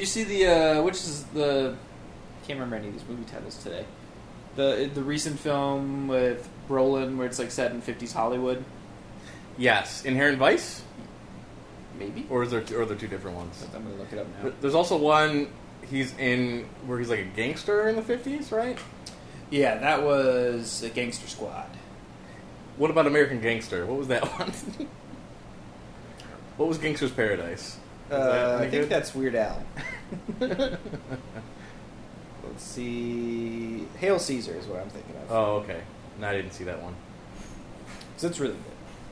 You see the uh, which is the can't remember any of these movie titles today. The the recent film with Brolin where it's like set in fifties Hollywood, Yes, Inherent Vice, maybe. or is there or are there two different ones? I'm gonna look it up now. There's also one he's in where he's like a gangster in the fifties, right? Yeah, that was a Gangster Squad. What about American Gangster? What was that one? what was Gangster's Paradise? Is that Uh, I any think good? that's Weird Al. Let's see. Hail Caesar is what I'm thinking of. oh, okay. No, I didn't see that one. 'Cause it's really good.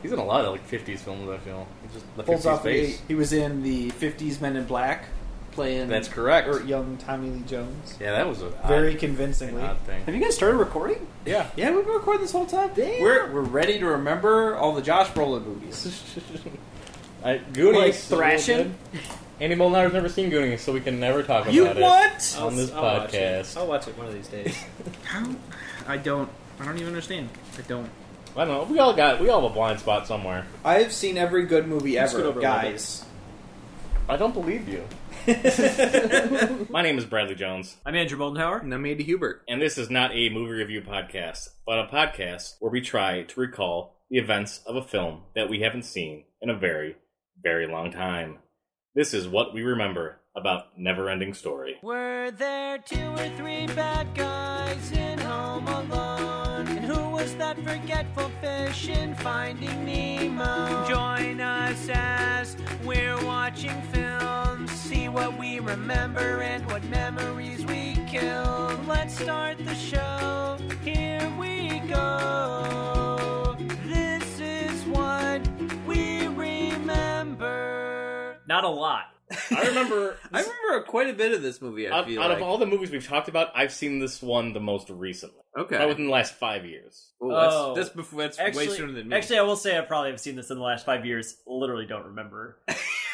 He's in a lot of like fifties films. I feel he just the Pulls fifties off the face. He was in the fifties Men in Black, playing. That's correct. Or er, young Tommy Lee Jones. yeah, that was a Very odd, an convincingly. odd Have thing. you guys started recording? Yeah. Yeah, we've been recording this whole time. Damn. We're we're ready to remember all the Josh Brolin movies. I, Goonies Like is real thrashing. good. Andy Molinar's never seen Goonies, so we can never talk You about it. what? on this watch it. podcast. I'll watch it one of these days. How? I don't. I don't even understand. I don't. I don't know. We all got we all have a blind spat somewhere. I've seen every good movie Let's scoot ever, over a little bit. guys. I don't believe you. My name is Bradley Jones, I'm Andrew Moldenhauer. And I'm Andy Hubert. and this is not a movie review podcast, but a podcast where we try to recall the events of a film that we haven't seen in a very, very long time. This is what we remember about Never Ending Story. Were there two or three bad guys in Home Alone? And who was that forgetful fish in Finding Nemo? Join us as we're watching films. See what we remember and what memories we kill. Let's start the show. Here we go. This is what we remember. Not a lot. I remember I remember quite a bit of this movie. I out, feel out like. of all the movies we've talked about, I've seen this one the most recently. okay. Probably within the last five years. Ooh, that's, Oh. that's, before, that's Actually, way sooner than me. actually, I will say I probably have seen this in the last five years. Literally, don't remember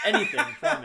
anything from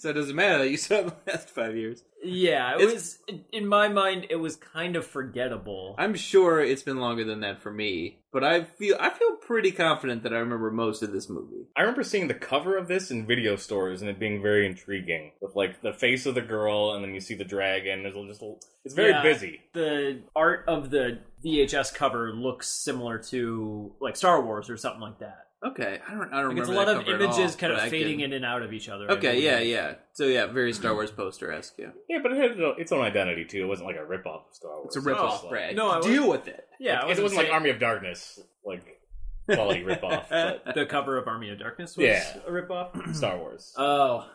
so it doesn't matter that you saw it in the last five years. Yeah, it It's- was in my mind. It was kind of forgettable. I'm sure it's been longer than that for me, but I feel I feel pretty confident that I remember most of this movie. I remember seeing the cover of this in video stores and it being very intriguing. With like the face of the girl, and then you see the dragon. There's just a- it's very Yeah. busy. the art of the VHS cover looks similar to like Star Wars or something like that. Okay, I don't I don't Like, remember. it's a lot that of cover at all, images kind but I of fading can- in and out of each other. Okay, yeah, yeah. So yeah, very Star Wars poster esque. Yeah, Yeah, but it had its own- its own identity too. It wasn't like a ripoff of Star Wars. it's a It was ripoff. just, like- Brad. Oh. No, I deal with it. yeah. I It wasn't like saying- Army of Darkness, like quality ripoff, but the cover of Army of Darkness was Yeah. a ripoff. Star Wars. Oh,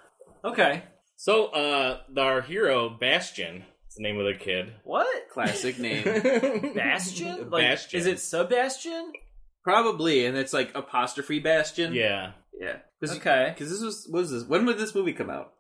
okay. so, uh, our hero Bastion. It's the name of the kid. What Classic name, Bastion. Bastion? Like, Bastion. is it Sebastian? probably, and it's like apostrophe Bastion. Yeah, yeah. Because Okay. this was what was this? When would this movie come out?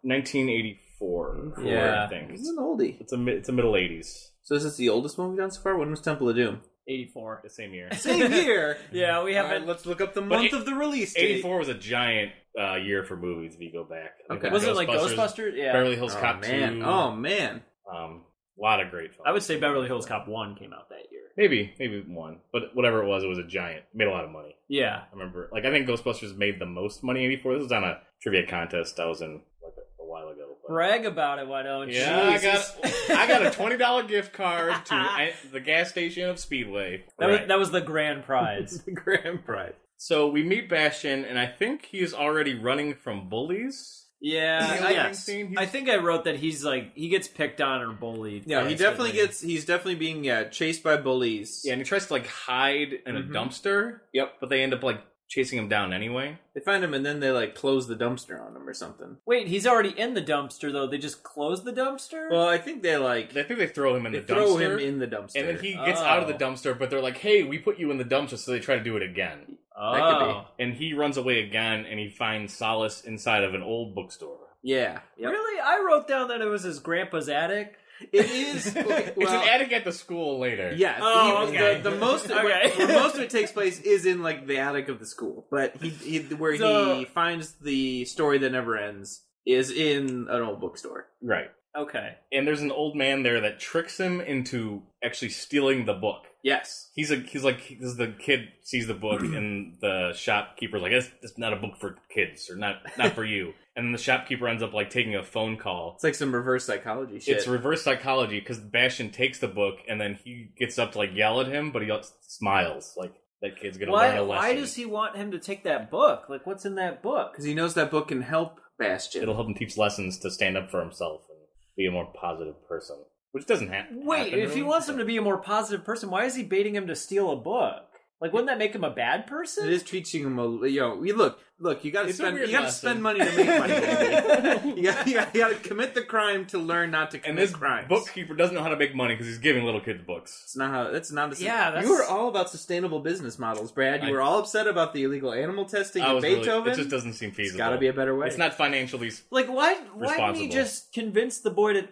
1984. I Yeah. think. It's an oldie. It's a mid- it's a middle 80s. So is this the oldest one we've done so far? When was Temple of Doom? 84. The same year. Same year. Yeah, we All right, haven't. let's look up the But month eight- of the release date. 84 was a giant uh, year for movies if you go back. I think Okay. was it like Ghostbusters? Yeah. Beverly Hills oh, Cop man. 2. Oh man. Um, a lot of great films. I would say Beverly Hills Cop 1 came out that year. Maybe, maybe one. But whatever it was, it was a giant. Made a lot of money. Yeah. I remember, like, I think Ghostbusters made the most money in 84. This was on a trivia contest I was in, like, a, a while ago. but- Brag about it, why don't you? Yeah, I got, Jesus. I got a $20 gift card to I- the gas station of Speedway. that, Right. was, that was the grand prize. The grand prize. so we meet Bastion, and I think he's already running from bullies. yeah. Yeah, I, yes. Scene, he's- I think I wrote that he's like, he gets picked on or bullied. Yeah, he definitely constantly. gets. He's definitely being yeah, chased by bullies. Yeah, and he tries to like hide in Mhm. a dumpster. Yep. But they end up like chasing him down anyway. They find him and then they like close the dumpster on him or something. Wait, he's already in the dumpster, though. They just closed the dumpster? Well, I think they like I think they throw him in they the throw dumpster. him in the dumpster. and then he gets out of the Oh. dumpster, but they're like, "Hey, we put you in the dumpster," so they try to do it again. oh. that could be. And he runs away again, and he finds solace inside of an old bookstore. yeah, Yep. Really? I wrote down that it was his grandpa's attic. it is. okay, it's well, an attic at the school later. Yeah. Oh, he- okay. The, the most Okay. where- where most of it takes place is in like the attic of the school, but he, he where he So- finds the story that never ends is in an old bookstore. right. Okay. and there's an old man there that tricks him into actually stealing the book. Yes. He's a he's like this is the kid sees the book and the shopkeeper's like that's, that's not a book for kids or not not for you. And then the shopkeeper ends up like taking a phone call. It's like some reverse psychology shit. It's reverse psychology because Bastion takes the book and then he gets up to like yell at him, but he like, smiles like that kid's gonna learn Why? a lesson. Why does he want him to take that book? Like, what's in that book? because he knows that book can help Bastion. It'll help him teach lessons to stand up for himself and be a more positive person, which doesn't hap- happen. Wait, if he really. wants him to be a more positive person, why is he baiting him to steal a book? Like, wouldn't that make him a bad it person? is teaching him a you know. We look, look. You got to It's a spend. weird You got to lesson. spend money to make money. you got you got to commit the crime to learn not to commit And this crimes. bookkeeper doesn't know how to make money because he's giving little kids books. That's not how. That's not. The, Yeah, that's- you were all about sustainable business models, Brad. You I- were all upset about the illegal animal testing I in was really- Beethoven. it just doesn't seem feasible. it's got to be a better way. It's not financially. s- Like, why? Why didn't he Responsible. just convince the boy to?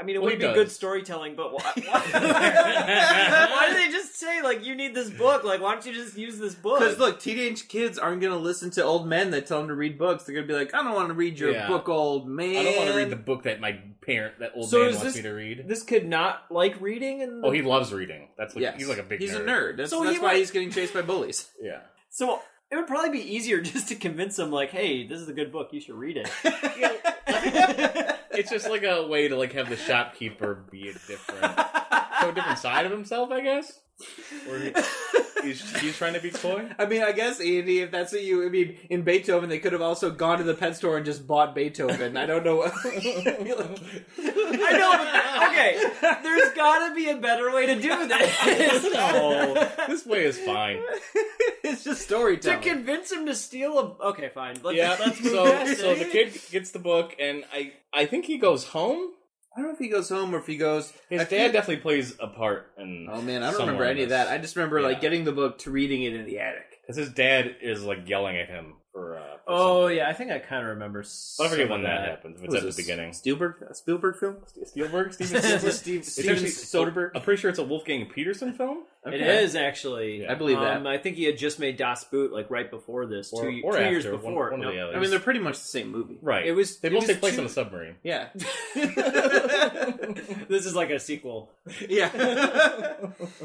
I mean, it Well, would he be does. good storytelling, but why, why, why do they just say like you need this book? Like, why don't you just use this book? Because look, teenage kids aren't going to listen to old men that tell them to read books. They're going to be like, "I don't want to read your Yeah. book, old man." I don't want to read the book that my parent, that old So man, is wants this- me to read. this kid not like reading, and Oh, he loves reading. That's like Yes. he's like a big. He's a nerd. nerd. That's, So that's he why might- he's getting chased by bullies. Yeah, so it would probably be easier just to convince him, like, hey, this is a good book, you should read it. it's just like a way to like have the shopkeeper be a different, show a different side of himself, I guess. Or he- he's, he's trying to be coy. I mean, I guess Andy, if that's what you, I mean, in Beethoven, they could have also gone to the pet store and just bought Beethoven. I don't know. What, I know, but okay, there's gotta be a better way to do this. No, this way is fine. it's just to storytelling. convince him to steal a. Okay, fine. Let's, Yeah. let's move So, past so it. the kid gets the book, and I, I think he goes home. I don't know if he goes home or if he goes. His I dad feel- definitely plays a part in. Oh man, I don't somewhere remember in any of this. that. I just remember Yeah. like getting the book to reading it in the attic. Because his dad is like yelling at him for. Uh, for Oh something. yeah, I think I kind of remember. But I forget some when of that, happens. If it's What at was the this, beginning. Spielberg, a Spielberg film. Spielberg, Steven Spielberg. Steve, It's Steven actually- Soderbergh. I'm pretty sure it's a Wolfgang Peterson film, It Okay. is actually. Yeah. I believe that. Um, I think he had just made Das Boot like right before this, or, two, or two after, years one- before. One, of the No. others. I mean, they're pretty much the same movie. right. It was. They it both was take place two- on a submarine. Yeah, this is like a sequel. yeah.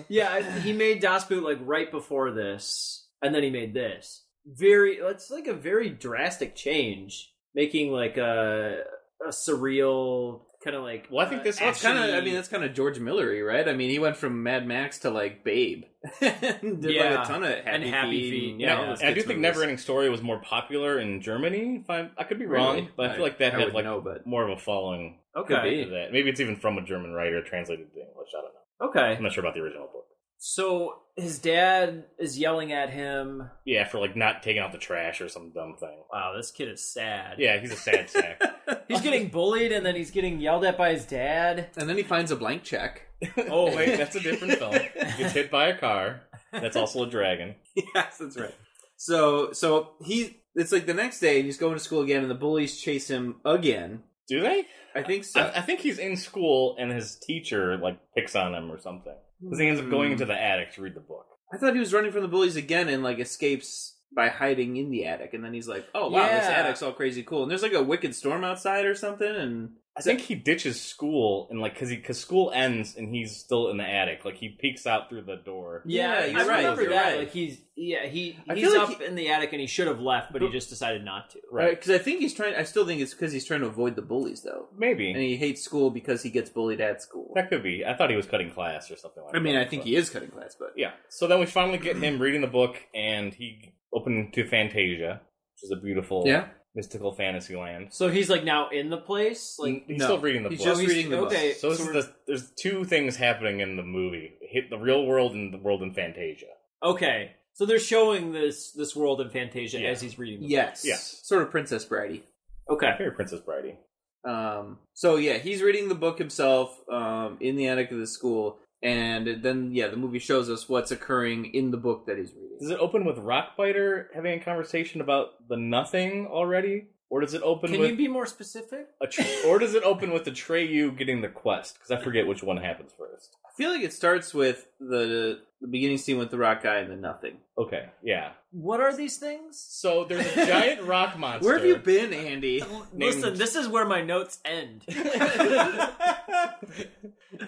Yeah, I, he made Das Boot like right before this, and then he made this. Very, it's like a very drastic change, making like a a surreal kind of like. Well, I think uh, this That's kind of. I action-y- mean, that's kind of George Millery, right? I mean, he went from Mad Max to like Babe. and Did Yeah. like a ton of happy And Happy Feet, and, yeah. all And those I do kids' think movies. Never Ending Story was more popular in Germany. If I'm, I could be wrong, Really? but I, feel like that I had would like know, but more of a following. okay. could be. to That maybe it's even from a German writer translated to English. I don't know. Okay, I'm not sure about the original book. so his dad is yelling at him. Yeah, for like not taking out the trash or some dumb thing. Wow, this kid is sad. Yeah, he's a sad sack. He's getting bullied and then he's getting yelled at by his dad. and then he finds a blank check. Oh wait, that's a different film. Gets hit by a car. That's also a dragon. yes, that's right. So, so he. It's like the next day, and he's going to school again, and the bullies chase him again. Do they? I think so. I, I think he's in school and his teacher like picks on him or something because he ends up going into the attic to read the book. I thought he was running from the bullies again, and like escapes by hiding in the attic, and then he's like, "Oh wow, this Yeah. attic's all crazy cool." And there's like a wicked storm outside or something, and I think he ditches school and like because because school ends and he's still in the attic. Like he peeks out through the door. Yeah, you're I right, remember you're that. right. Like he's yeah, he I he's feel up like in the attic and he should have left, but he just decided not to. Right? Because Uh, I think he's trying. I still think it's because he's trying to avoid the bullies, though, and Maybe he hates school because he gets bullied at school. that could be. I thought he was cutting class or something like I that. mean, I think but- he is cutting class, but Yeah. So then we finally get him reading the book, and he opened to Fantasia, which is a beautiful, Yeah. mystical fantasy land. So he's like now in the place. Like he's no. still reading the he's book. just Oh, he's- reading the book. okay. so this so is the, there's two things happening in the movie: hit the real world and the world in Fantasia. okay, so they're showing this this world in Fantasia Yeah. as he's reading. The Yes, Yes. sort of Princess Bridey. book. Okay, Very Princess Bridey. Um, so yeah, he's reading the book himself um, in the attic of the school, and then yeah, the movie shows us what's occurring in the book that he's reading. Does it open with Rockbiter having a conversation about the nothing already? Or does it open Can with you be more specific? a tr- or does it open with Atreyu getting the quest? Because I forget which one happens first. I feel like it starts with the the beginning scene with the rock guy and then nothing. Okay, yeah. What are these things? So there's a giant rock monster. Where have you been, Andy? Listen, this is where my notes end.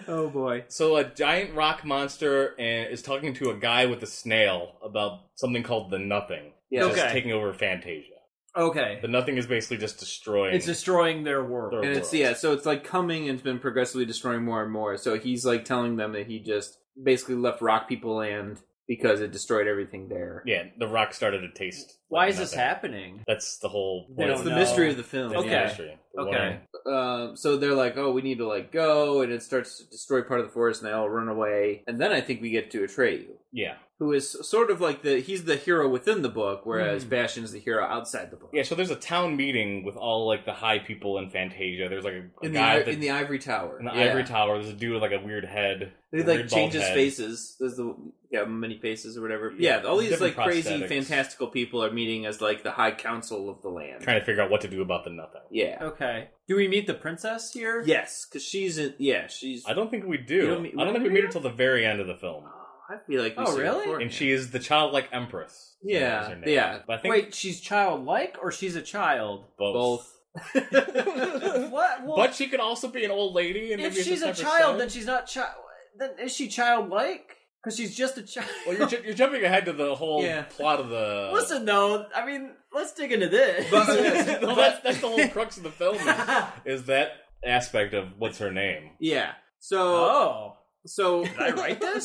oh boy. So a giant rock monster and is talking to a guy with a snail about something called the Nothing. Yeah. That's Okay. taking over Fantasia. okay. The Nothing is basically just destroying. It's destroying their world. Their- And it's yeah, so it's like coming and it's been progressively destroying more and more. So he's like telling them that he just basically left rock people land because it destroyed everything there. yeah. The rock started to taste. Why like is this nothing. happening? That's the whole. They point. don't It's the know. mystery of the film. That's the Okay. mystery. The Okay. warning. Um, so they're like, "Oh, we need to like go," and it starts to destroy part of the forest, and they all run away. And then I think we get to Atreyu, Yeah. who is sort of like the he's the hero within the book, whereas Bastion's the hero outside the book. Yeah. So there's a town meeting with all like the high people in Fantasia. There's like a, a in the guy i- with a- in the ivory tower. in the Yeah. ivory tower. There's a dude with like a weird head. They a like weird bald changes head. faces. There's the yeah, many faces or whatever. Yeah, Yeah, all these like different crazy prosthetics. fantastical people are meeting as like the high council of the land. Trying to figure out what to do about the Nothing. yeah. Okay. Do we meet the princess here? Yes, because she's in. Yeah, she's. I don't think we do. don't meet- we I don't don't think we meet meet her her? till the very end of the film. Oh, I feel like we Oh, see her really? beforehand. And she is the childlike empress. is Yeah, her name. yeah. But I think Wait, she's childlike or she's a child? both. both. what? Well, But she could also be an old lady. And if maybe it's she's a just never child, said. then she's not child. Then is she childlike? Because she's just a child. well, you're, ju- you're jumping ahead to the whole Yeah. plot of the. Listen, though, I mean, let's dig into this. But- well, that's, that's the whole crux of the film is, is that aspect of what's her name. yeah. So oh, so did I write this?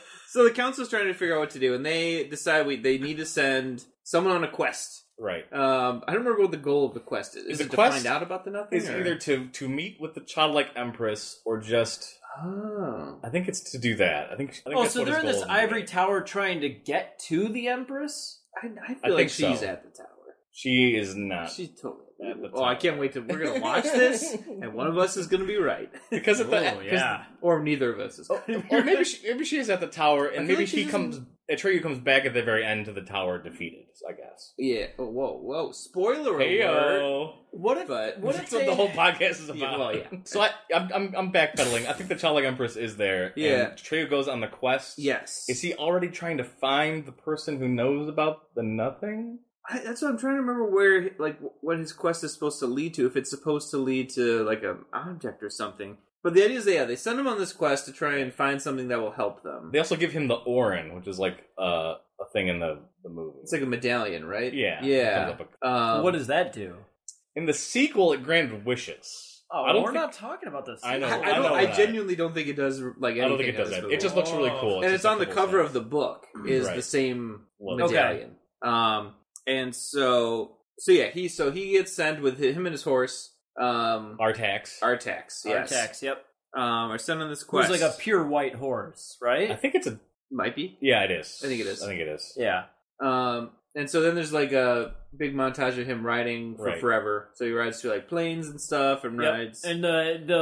so the council's trying to figure out what to do, and they decide we they need to send someone on a quest. right. Um, I don't remember what the goal of the quest is. Is The it quest to find out about the nothing? Is or- either to to meet with the childlike empress or just Oh. I think it's to do that. I think. I think oh, that's so what they're in his this goal is. ivory tower trying to get to the Empress? I, I feel I like think she's so. at the tower. She is not She's totally. at the Oh, I tower. can't wait to. We're gonna watch this, and one of us is gonna be right, because at the Oh, 'cause- yeah. or neither of us is. Gonna be or right. maybe she, maybe she is at the tower, and feel maybe like she he comes. Atreyu comes back at the very end to the tower, defeated. I guess. Yeah. Oh, whoa, whoa! Spoiler uh, alert. Heyo. What if? But what That's if what they- the whole podcast is about. Yeah, well, yeah. So I, I'm, I'm, I'm backpedaling. I think the Childlike Empress is there. Yeah. And Atreyu goes on the quest. yes. Is he already trying to find the person who knows about the nothing? I, that's what I'm trying to remember. Where like what his quest is supposed to lead to? If it's supposed to lead to like an object or something. But the idea is, that, yeah, they send him on this quest to try and find something that will help them. They also give him the Orin, which is like uh, a thing in the, the movie. It's like a medallion, right? yeah. Yeah. It comes up Um, what does that do? a- in the sequel, it granted wishes. Oh, I don't we're think, not talking about this. I know. I, um, I I don't. know I that. genuinely don't think it does like anything. I don't think it does in that. this It just looks really Oh. cool. And and it's just a on the couple cover things. of the book is Right. the same Well, Okay. medallion. Um, and so so yeah, he so he gets sent with him and his horse. Um, Artax. Artax, yes, Artax, yep. Um, are sent on this Who's quest. like a pure white horse, I right? think it's a. might be. Yeah, it is. I think it is. I think it is. Yeah. Um, and so then there's like a big montage of him riding for Right. forever. So he rides through like planes and stuff, and Yep. rides. And the the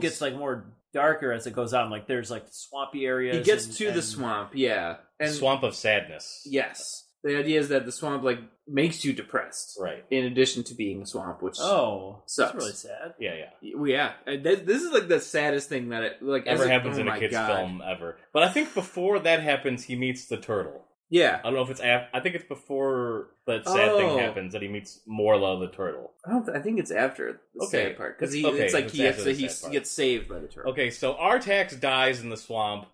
Builds. gets like more darker as it goes on. Like there's like swampy areas. he gets and- to the and- swamp, yeah, and Swamp of Sadness. Yes, the idea is that the swamp like makes you depressed. Right. In addition to being a swamp, which Oh, Sucks. that's really sad. Yeah, yeah. Yeah, and th- this is like the saddest thing that it like as Ever a- happens oh in a my kid's God. film ever. But I think before that happens, he meets the turtle. Yeah, I don't know if it's. af- I think it's before that sad Oh. thing happens that he meets Morla the turtle. I don't. Th- I think it's after the Okay. sad part because It's- he okay, it's like it's he has after to, the he sad part. gets saved by the turtle. Okay, so Artax dies in the swamp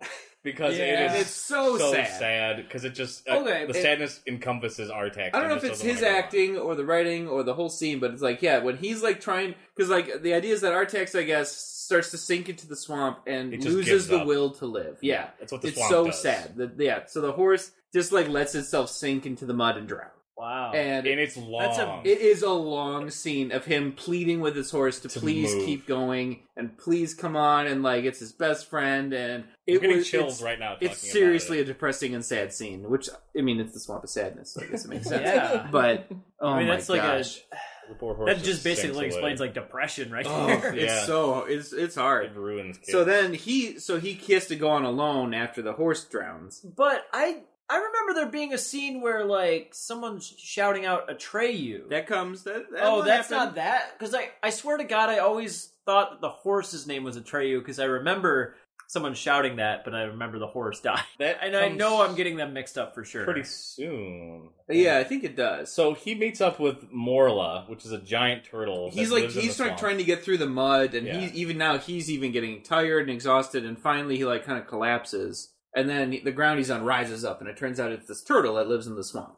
because Yeah. it and is it's so, sad. because it just Okay, okay, the it- sadness encompasses Artax. I don't know It if it's just doesn't his wanna go on. acting or the writing or the whole scene, but it's like yeah, when he's like trying because like the idea is that Artax, I guess, starts to sink into the swamp and It just loses gives the up. will to live. Yeah, that's what the it's swamp so does. sad. The, yeah, so the horse just like lets itself sink into the mud and drown, Oh, Wow. and and it's long. That's a- It is a long scene of him pleading with his horse to, To please move. keep going and please come on and like it's his best friend and I'm it getting was chills it's, right now. it's talking about seriously it. a depressing and sad scene, which I mean it's the swamp of sadness, so I guess it makes sense. yeah. But oh I mean, my that's like gosh, The poor horse that just basically sinks explains away. like depression right oh, there. Yeah. it's so it's it's hard. it ruins. Kids. So then he so he has to go on alone after the horse drowns. But I I remember there being a scene where like someone's shouting out "Atreyu." That comes. That, that oh, might that's happen. not that. Because I, I swear to God, I always thought that the horse's name was Atreyu because I remember someone shouting that, but I remember the horse died. That And I comes know I'm getting them mixed up for sure. pretty soon. Yeah, I think it does. So he meets up with Morla, which is a giant turtle. he's that like lives in he's the like swamp. trying to get through the mud and Yeah. he's even now he's even getting tired and exhausted and finally he like kind of collapses and then the ground he's on rises up and it turns out it's this turtle that lives in the swamp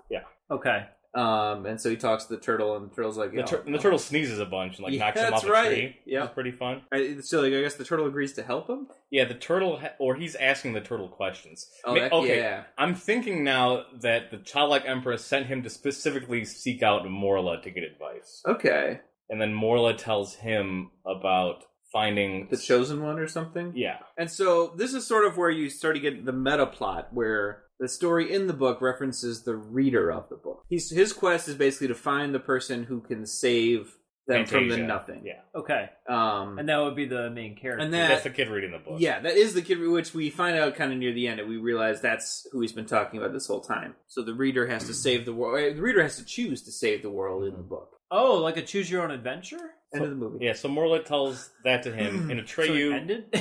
okay. um and so he talks to the turtle and the turtle's like The, "Oh, tur- and the turtle sneezes a bunch and like Yeah, knocks him that's off a right. tree. Yeah. it's pretty fun. I, so like I guess the turtle agrees to help him Yeah, the turtle, ha- or he's asking the turtle questions. oh Ma- that, okay, yeah I'm thinking now that the childlike empress sent him to specifically seek out Morla to get advice, okay and then Morla tells him about finding the chosen one or something Yeah, And so this is sort of where you start to get the meta plot where the story in the book references the reader of the book. He's, his quest is basically to find the person who can save them from the Fantasia. nothing. Yeah, Okay. Um, And that would be the main character. And that- that's the kid reading the book. Uh, yeah, that is the kid which we find out kind of near the end and we realize that's who he's been talking about this whole time. So the reader has to save the world. The reader has to choose to save the world in the book. oh, like a choose your own adventure? End of the movie. yeah. Mm-hmm. So Morla tells that to him, and So it Atreyu ended?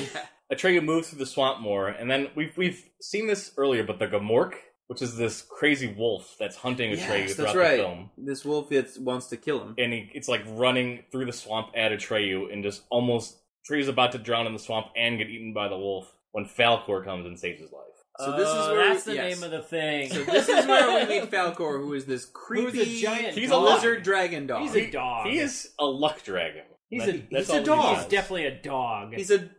Atreyu moves through the swamp more, and then we've we've seen this earlier, but the Gamork, which is this crazy wolf that's hunting Yes, Atreyu that's throughout right. the film, This wolf that wants to kill him. and he, it's like running through the swamp at Atreyu, and just almost Atreyu's about to drown in the swamp and get eaten by the wolf when Falcor comes and saves his life. So this is Oh, where- that's the yes. name of the thing. So this is where we meet Falcor, who is this creepy giant He's a a dog. lizard dragon dog. He's a dog. He is a luck dragon. He's That- a that's he's all a he dog. is. He's definitely a dog. He's a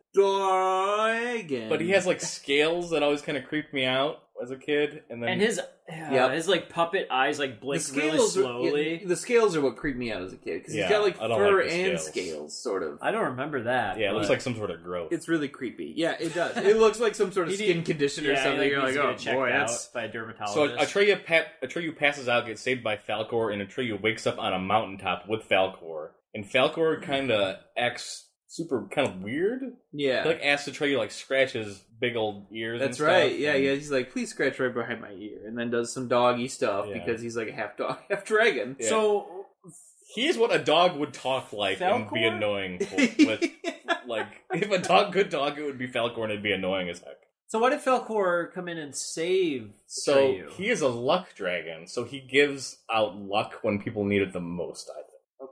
dragon. But he has like scales that always kind of creeped me out as a kid, and then and his yeah, his like puppet eyes like blink really Are, slowly. yeah, the scales are what creeped me out as a kid because Yeah, he's got like I don't fur like the and scales. scales, sort of. I don't remember that. yeah, it looks but- like some sort of growth. It's really creepy. Yeah, it does. it looks like some sort of He skin need- condition or Yeah, something. he, You're needs like, to oh get checked boy, out that's by a dermatologist. So Atreyu, pa- Atreyu passes out, gets saved by Falcor, and Atreyu wakes up on a mountaintop with Falcor. And Falcor kind of acts super kind of weird. yeah. Like asks Atreyu like scratch his big old ears. and that's stuff, right. Yeah, and- yeah. He's like, please scratch right behind my ear, and then does some doggy stuff Yeah. because he's like a half dog, half dragon. Yeah. so He's what a dog would talk like and be Falcor? annoying for, with. like if a dog could dog, it would be Falcor, and it'd be annoying as heck. so why did Falcor come in and save So Atreyu? he is a luck dragon. So he gives out luck when people need it the most. I think.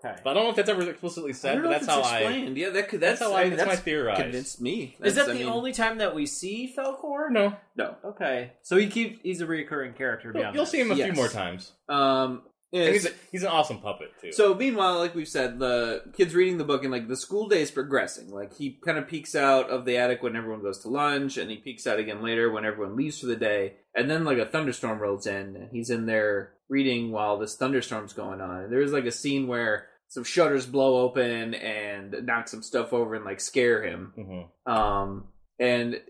okay. But I don't know if that's ever explicitly I said. don't know but if that's it's how I. explained. Yeah, that could, That's, that's, how I I. mean, that's, my That's, theorized. convinced me. Is that That's- I the mean, only time that we see Falcor? No, No. Okay. So he keep he's a reoccurring character. You'll, Beyond you'll this. see him a few Yes. more times. Um. And it's- he's, a, he's an awesome puppet too. So meanwhile, like we've said, the kid's reading the book and like the school day is progressing. Like he kind of peeks out of the attic when everyone goes to lunch, and he peeks out again later when everyone leaves for the day. And then like a thunderstorm rolls in, and he's in there reading while this thunderstorm's going on. And there's like a scene where some shutters blow open and knock some stuff over and like scare him. Mhm. Um, and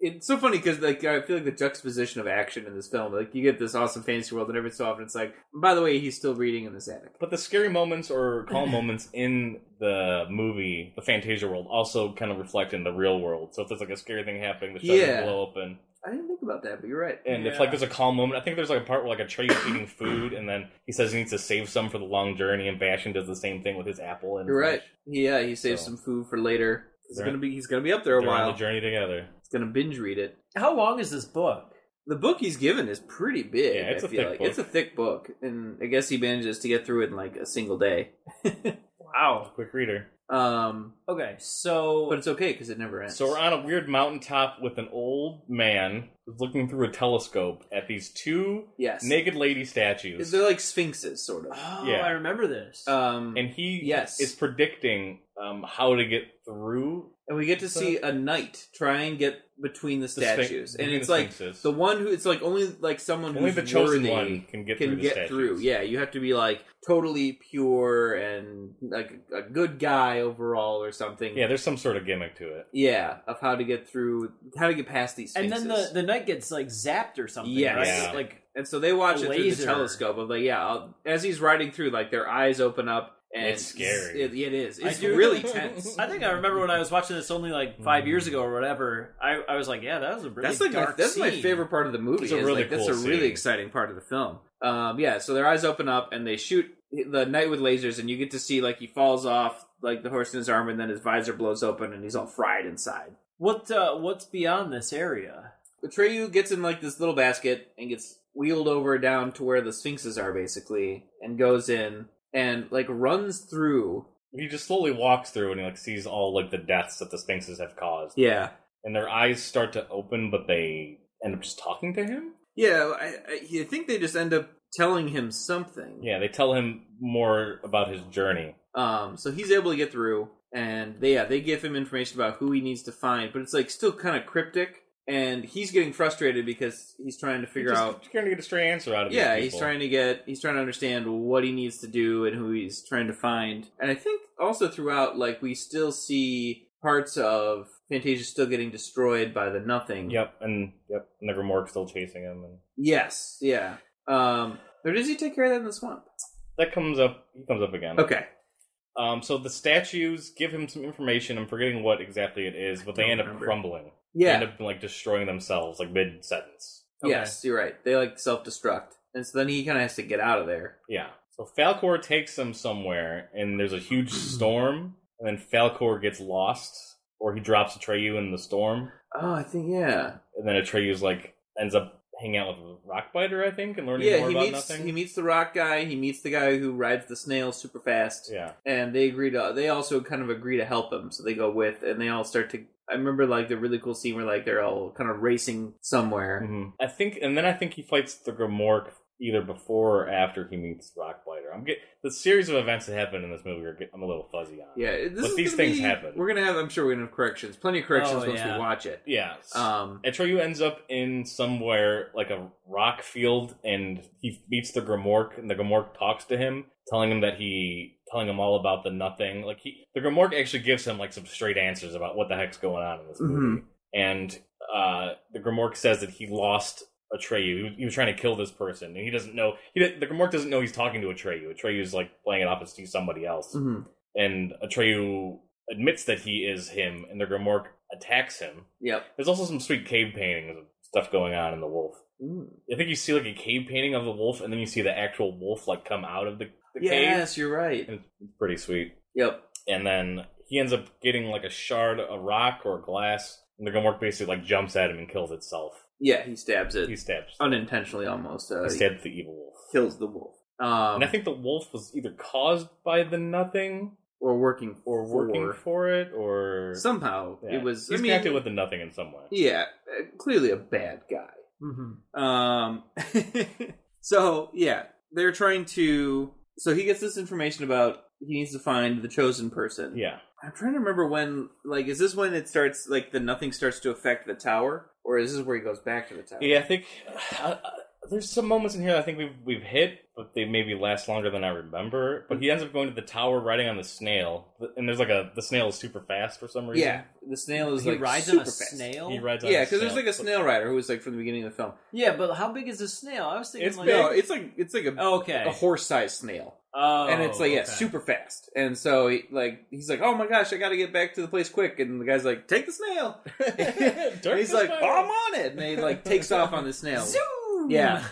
it's so funny because like I feel like the juxtaposition of action in this film, like you get this awesome fantasy world, and every so often it's like, by the way, he's still reading in this attic. but the scary moments or calm moments in the movie, the Fantasia world, also kind of reflect in the real world. So if there's like a scary thing happening, the shutters Yeah. blow open, I didn't think about that, but you're right. and if like there's a calm moment, I think there's like a part where like a tree is eating food, and then he says he needs to save some for the long journey, and Bastion does the same thing with his apple. And You're his right. Yeah, he saves So- some food for later. He's They're- gonna be he's gonna be up there a They're on while. the journey together. He's gonna binge read it. How long is this book? The book he's given is pretty big. Yeah, it's I a feel thick like book. it's a thick book, and I guess he manages to get through it in like a single day. Wow. Quick reader. Um, Okay. So but it's okay because it never ends. So we're on a weird mountaintop with an old man who's looking through a telescope at these two yes, naked lady statues. they're like sphinxes, sort of. oh, Yeah. Uh, I remember this. Um, Oh. and he Yes. is predicting um, how to get through and we get to see a knight try and get between the the sphinx- statues, between and the it's like sphinxes. the one who it's like only like someone only who's the chosen worthy one can get can through. the get statues. through. Yeah, you have to be like totally pure and like a good guy overall or something. yeah. There's some sort of gimmick to it. Yeah, of how to get through, how to get past these. and Sphinxes. then the the knight gets like zapped or something. Yes. Right? Yeah. Like and so they watch a it through the laser. telescope. Of like, yeah, I'll, as he's riding through, like their eyes open up, And It's scary. It, it is. I It's do- really tense. I think I remember when I was watching this only like five years ago or whatever. I, I was like, yeah, that was a really that's like my, dark that's my scene. favorite part of the movie. It's a is, really like, that's cool a really scene. exciting part of the film. Um, yeah, so their eyes open up and they shoot the knight with lasers, and you get to see like he falls off like the horse in his arm, and then his visor blows open, and he's all fried inside. What uh, what's beyond this area? Atreyu gets in like this little basket and gets wheeled over down to where the sphinxes are, basically, and goes in and like runs through. He just slowly walks through and he like sees all like the deaths that the Sphinxes have caused, Yeah, and their eyes start to open, but they end up just talking to him. yeah. I, I, I think they just end up telling him something. Yeah, they tell him more about his journey. Um, so he's able to get through, and they, yeah, they give him information about who he needs to find, but it's like still kind of cryptic, and he's getting frustrated because he's trying to figure Just out. trying to get a straight answer out of Yeah, these he's people. trying to get, he's trying to understand what he needs to do and who he's trying to find. And I think also throughout, like we still see parts of Fantasia still getting destroyed by the Nothing. Yep, and yep, Nevermore still chasing him, and Yes. Yeah. Um. Or does he take care of that in the swamp? that comes up. He comes up again. Okay. Um, so the statues give him some information. I'm forgetting what exactly it is, but they Don't end up remember. crumbling. Yeah. They end up like destroying themselves, like mid sentence. Okay. Yes, you're right. They like self destruct, and so then he kind of has to get out of there. Yeah. So Falcor takes them somewhere, and there's a huge storm, and then Falcor gets lost, or he drops Atreyu in the storm, Oh, I think yeah, and then Atreyu's like ends up hanging out with Rockbiter, I think, and learning yeah. more He about meets nothing. he meets the rock guy. He meets the guy who rides the snail super fast, yeah. and they agree to. They also kind of agree to help him, so they go with, and they all start to. I remember like the really cool scene where like they're all kind of racing somewhere. hmm I think, and then I think he fights the Gromork either before or after he meets Rockbiter. I'm get the series of events that happen in this movie. Are, get- I'm a little fuzzy on. Yeah, it- this But is these gonna things be- happen. We're gonna have. I'm sure we're gonna have corrections. Plenty of corrections Oh, once yeah. we watch it. Yeah. Um. Atreyu ends up in somewhere like a rock field, and he meets the Gromork, and the Gromork talks to him, telling him that he, telling him all about the nothing. Like he, the Gromork actually gives him like some straight answers about what the heck's going on in this movie. And uh, the Gromork says that he lost Atreyu. He was, he was trying to kill this person, and he doesn't know. He di- the Gromork doesn't know he's talking to Atreyu. Atreyu's like playing it off as he's somebody else, mhm. and Atreyu admits that he is him, and the Gromork attacks him. Yep. There's also some sweet cave paintings of stuff going on in the wolf. Mm. I think you see like a cave painting of the wolf, and then you see the actual wolf like come out of the, the cave. Yes, you're right. And it's pretty sweet. Yep. And then he ends up getting like a shard, a rock or a glass, and the Gumwork basically like jumps at him and kills itself. Yeah, he stabs it He stabs. unintentionally, almost. Uh, He he stabs the evil wolf. kills the wolf. Um, And I think the wolf was either caused by the nothing or working or working for, it, or somehow Yeah. it was. He's I mean, connected with the nothing in some way. yeah, uh, clearly a bad guy. Mm-hmm. Um, so yeah, they're trying to. So he gets this information about he needs to find the chosen person. Yeah, I'm trying to remember when. Like, is this when it starts? Like, the nothing starts to affect the tower, or is this where he goes back to the tower? yeah. I think uh, uh, there's some moments in here that I think we've we've hit, but they maybe last longer than I remember. But he ends up going to the tower, riding on the snail, and there's like a the snail is super fast for some reason. yeah. The snail is He like rides on super a fast. snail. he rides. On Yeah, the because there's snail. like a snail rider who was like from the beginning of the film. Yeah, but how big is a snail? I was thinking It's like No, it's Oh, like it's like a Oh, okay. a horse-sized snail. oh, and it's like yeah, okay. super fast. And so he, like he's like, "Oh my gosh, I got to get back to the place quick!" And the guy's like, "Take the snail." and Dirk he's is like, fine. "Oh, "I'm on it!" And he like takes off on the snail. Zoom! Yeah.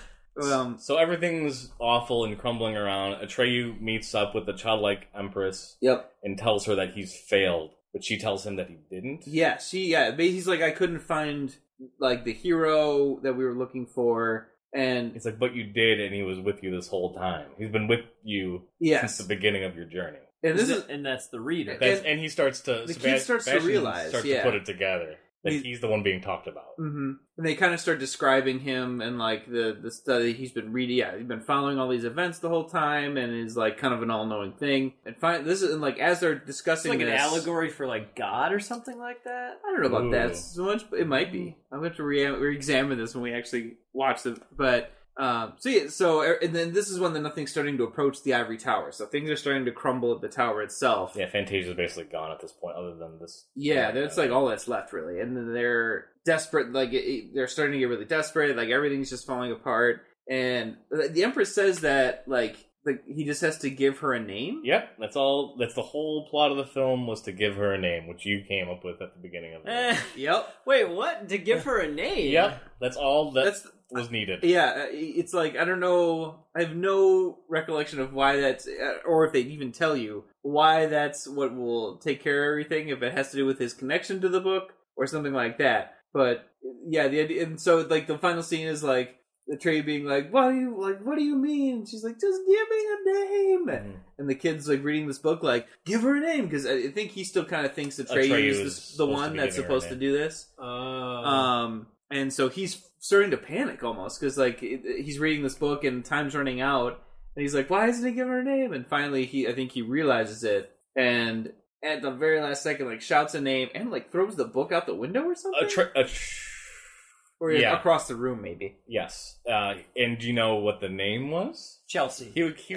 Um, So everything's awful and crumbling around. Atreyu meets up with the childlike empress yep. and tells her that he's failed, but she tells him that he didn't. Yeah. She. Yeah. But he's like, I couldn't find like the hero that we were looking for, and It's like, but you did, and he was with you this whole time. He's been with you since yes, the beginning of your journey. and this is and that's the reader. That's, and, he starts to the kid Sebast- starts to Sebastian realize, starts yeah. to put it together that He- he's the one being talked about. hmm And they kind of start describing him and like the the study he's been reading. Yeah, he's been following all these events the whole time, and is like kind of an all knowing thing. And find this is and like as they're It's discussing like an this- allegory for like God or something like that. I don't know about Ooh. that so much, but it might be. I'm going to re- re-examine this when we actually watch it. But um, so yeah, so and then this is when the nothing's starting to approach the ivory tower. So things are starting to crumble at the tower itself. Yeah, Fantasia's basically gone at this point, other than this. Yeah, that's like all that's left, really. And then they're desperate, like it- it, they're starting to get really desperate. Like everything's just falling apart. And the the Empress says that, like, like he just has to give her a name. Yep, that's all. That's the whole plot of the film was to give her a name, which you came up with at the beginning of it. Eh, Yep. wait, what? To give her a name? Yep, that's all that That's was needed. yeah. uh, It's like I don't know. I have no recollection of why that's, uh, or if they even tell you why that's what will take care of everything. If it has to do with his connection to the book or something like that. But yeah, the idea. And so like the final scene is like the tree being like, "What do you like? What do you mean?" She's like, "Just give me a name." Mhm. and the kid's like reading this book like give her a name because i I think he still kind of thinks that Atreyu Trey is is this- the supposed to one be that's giving her supposed a to name. do this Uh, um and so he's starting to panic almost because like it, it- he's reading this book and time's running out and he's like why isn't he giving her a name and finally he i think he realizes it and at the very last second like shouts a name and like throws the book out the window or something A tr- a tr- or yeah. across the room maybe yes, uh, and do you know what the name was? Chelsea. He, would- he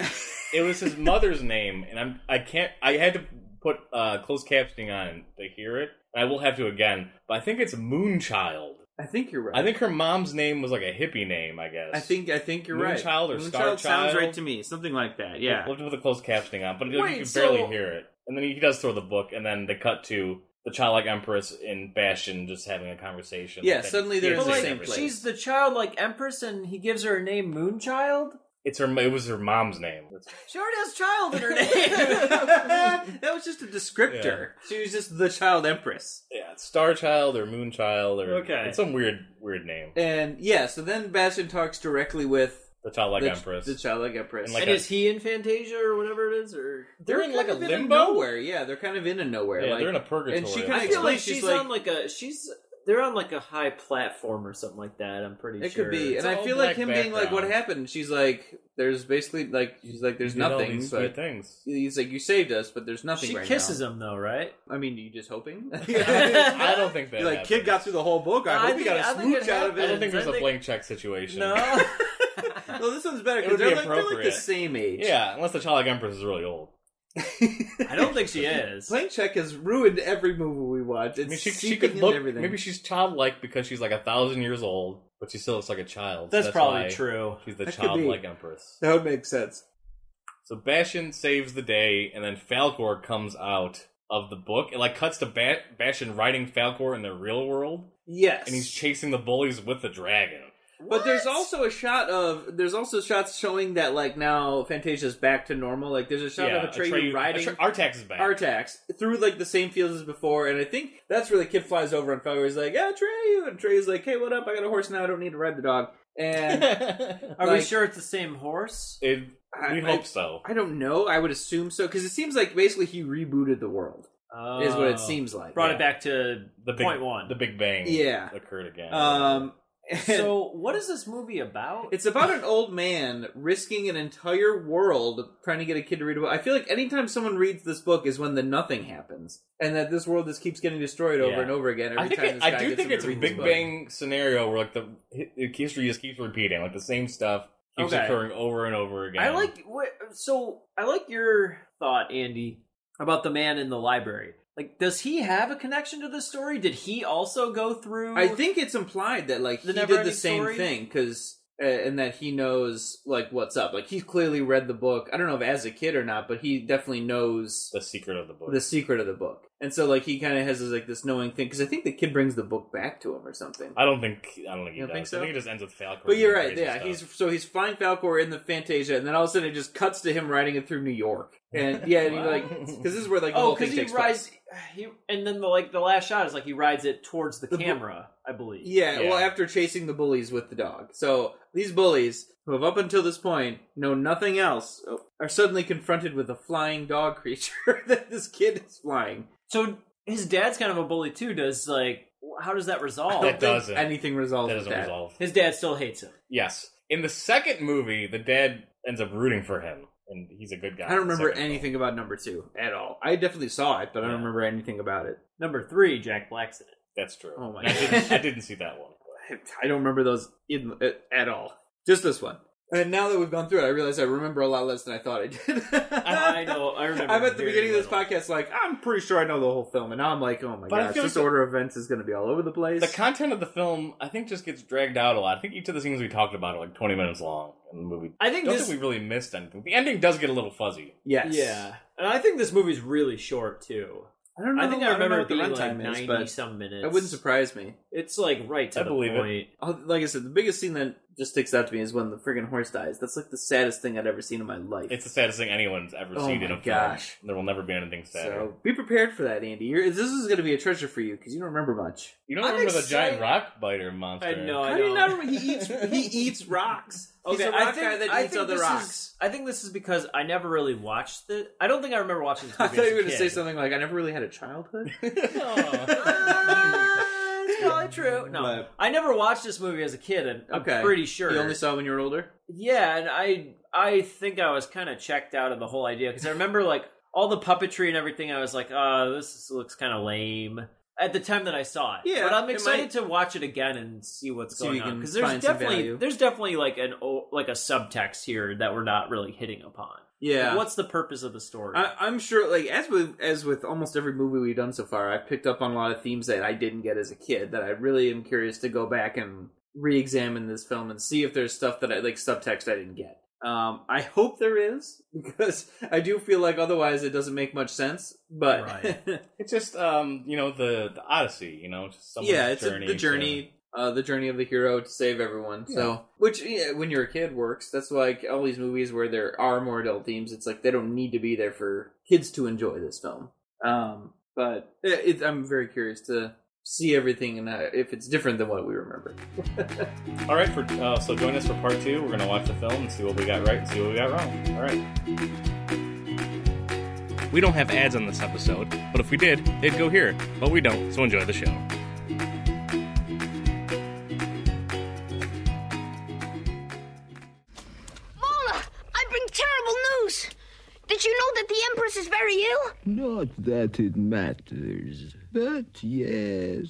it was his mother's name, and I'm I can't I had to put uh, closed captioning on to hear it. And I will have to again, but I think it's Moonchild. i think you're right I think her mom's name was like a hippie name, I guess. i think i think you're right Moonchild or Moonchild sounds Starchild? right to me something like that yeah We'll have to put the closed captioning on, but like, Wait, you can so- barely hear it. And then he does throw the book, and then they cut to the childlike empress and Bastion just having a conversation. Yeah, that suddenly he they're in has but the like, same place. she's the childlike empress, and he gives her a name, Moonchild. It's her. It was her mom's name. That's- She already has child in her name. that was just a descriptor. She was just the child empress. Yeah, it's Starchild or Moonchild or Okay. it's some weird, weird name. And yeah, so then Bastion talks directly with The childlike the, empress. the child like empress. And, and like, is he in Fantasia or whatever it is? Or they're in like a kind of in limbo. nowhere. Yeah, they're kind of in a nowhere. Yeah, like, they're in a purgatory. and she or kinda I something. feel like She's she's, like- on like a she's they're on like a high platform or something like that. I'm pretty it sure could be, It's and I all feel like black him being like, background. "What happened?" She's like, "There's basically like she's like, there's You did all nothing." these So weird things. he's like, "You saved us, but there's nothing." She right kisses him though, right? now. I mean, you just hoping? I don't think that. You're like, kid happens. got through the whole book. I, I hope he think- got I a think smooch it out of I it. don't think there's I a think- blank check situation. Well, this one's better It because would be they're, like, they're like the appropriate. same age. Yeah, unless the childlike empress is really old. I don't think she is. Blank Check has ruined every movie we watch. It's I mean, she, she seeping could into look. everything. Maybe she's childlike because she's like a thousand years old, but she still looks like a child. That's, probably why true. She's the That could be. childlike empress. that would make sense. So Bastion saves the day, and then Falcor comes out of the book. It like cuts to ba- Bastion riding Falcor in the real world, Yes, and he's chasing the bullies with the dragon. but there's also a shot of there's also shots showing that like now Fantasia's back to normal. Like there's a shot of Atreyu Atreyu- riding Atre- Artax is back. Artax through like the same fields as before, and I think that's where the kid flies over and Falcor is like, "Yeah, Atreyu," and Atreyu's like, "Hey, what up? I got a horse now. I don't need to ride the dog." And Are we like- sure it's the same horse? It- I, we I- hope so. I don't know. I would assume so because it seems like basically he rebooted the world. Is what it seems like. Oh. Brought yeah. it back to The big, point one. the Big Bang, Yeah. occurred again. Um. and- so what is this movie about? It's about an old man risking an entire world trying to get a kid to read a book. I feel like anytime someone reads this book is when the nothing happens, and that this world just keeps getting destroyed over Yeah. and over again. Every I think time it, this I guy do gets think him to it's a read this Big book. Bang scenario where like the hi- history just keeps repeating, like the same stuff keeps Okay. occurring over and over again. I like what, so I like your thought, Andy, about the man in the library. Like, does he have a connection to the story? Did he also go through? I think it's implied that like he The did the Never-Ending same Story? thing because and that he knows like what's up. Like he's clearly read the book. I don't know if as a kid or not, but he definitely knows the secret of the book. the secret of the book. And so like he kind of has this like this knowing thing because I think the kid brings the book back to him or something. I don't think I don't think he You don't does. think so? I think it just ends with Falcor. But you're doing right. crazy Yeah, stuff. he's so he's flying Falcor in the Fantasia, and then all of a sudden it just cuts to him riding it through New York, and yeah, and he like because this is where like the oh, whole thing because he takes rides. place. He and then the like the last shot is like he rides it towards the, The bu- camera, I believe. Yeah, Yeah. well, after chasing the bullies with the dog, so these bullies who have up until this point know nothing else oh, are suddenly confronted with a flying dog creature that this kid is flying. So his dad's kind of a bully too. Does like how does that resolve? Oh, Don't That think doesn't. anything resolves that with doesn't that. resolve. His dad still hates him. Yes, in the second movie, the dad ends up rooting for him, and he's a good guy. I don't in the remember second anything about number two at all. I definitely saw it, but I don't Yeah. remember anything about it. Number three, Jack Black's in it. Film. That's true. Oh my I God. didn't, I didn't see that one. eh, I don't remember those in, at all. Just this one. And now that we've gone through it, I realize I remember a lot less than I thought I did. I, I know. I remember. I'm at the very beginning of this little. podcast, like I'm pretty sure I know the whole film, and now I'm like, oh my But I gosh, feel this like- order of events is going to be all over the place. The content of the film, I think, just gets dragged out a lot. I think each of the scenes we talked about are like 20 minutes long in the movie. I think don't this. think we really missed anything. The ending does get a little fuzzy. yes, Yeah, and I think this movie's really short too. I don't know. I think I don't know remember what it being the like runtime ninety is, but some minutes. it wouldn't surprise me. It's like right to I the believe it. point. Oh, Like I said, the biggest scene that just sticks out to me is when the friggin' horse dies. That's like the saddest thing I'd ever seen in my life. It's the saddest thing anyone's ever Oh seen in my a film. gosh. There will never be anything sadder. so be prepared for that, Andy. You're, this is going to be a treasure for you because you don't remember much. you don't I'm remember the excited. giant rock biter monster? I know. I How do you don't. not remember? He eats. he eats rocks. Okay, He's a I rock think guy that I eats think other this rocks. Is, I think this is because I never really watched it. I don't think I remember watching this I movie. thought you were as a going to kid. say something like, "I never really had a childhood." Oh. Uh, it's probably true. No, But- I never watched this movie as a kid. And I'm Okay. pretty sure. You only saw it when you were older. Yeah, and I I think I was kind of checked out of the whole idea because I remember like all the puppetry and everything. I was like, oh, this is- looks kind of lame at the time that I saw it. Yeah, but I'm it excited might- to watch it again and see what's See if going you on can because there's find some definitely value. there's definitely like an o- like a subtext here that we're not really hitting upon. Yeah. What's the purpose of the story? I, I'm sure, like as with as with almost every movie we've done so far, I've picked up on a lot of themes that I didn't get as a kid. That I really am curious to go back and re-examine this film and see if there's stuff that I like subtext I didn't get. Um, I hope there is because I do feel like otherwise it doesn't make much sense. But Right. it's just um, you know, the, the Odyssey. You know, just someone's yeah, it's a- journey the to- journey, uh, the journey of the hero to save everyone. So, which yeah, when you're a kid works. That's like all these movies where there are more adult themes. It's like they don't need to be there for kids to enjoy this film. Um, but it, it, I'm very curious to see everything and uh, if it's different than what we remember. All right, for uh, so join us for part two. We're gonna watch the film and see what we got right, and see what we got wrong. All right. We don't have ads on this episode, but if we did, they'd go here. But we don't, so enjoy the show. Mola, I bring terrible news. Did you know that the Empress is very ill? Not that it matters, but yes,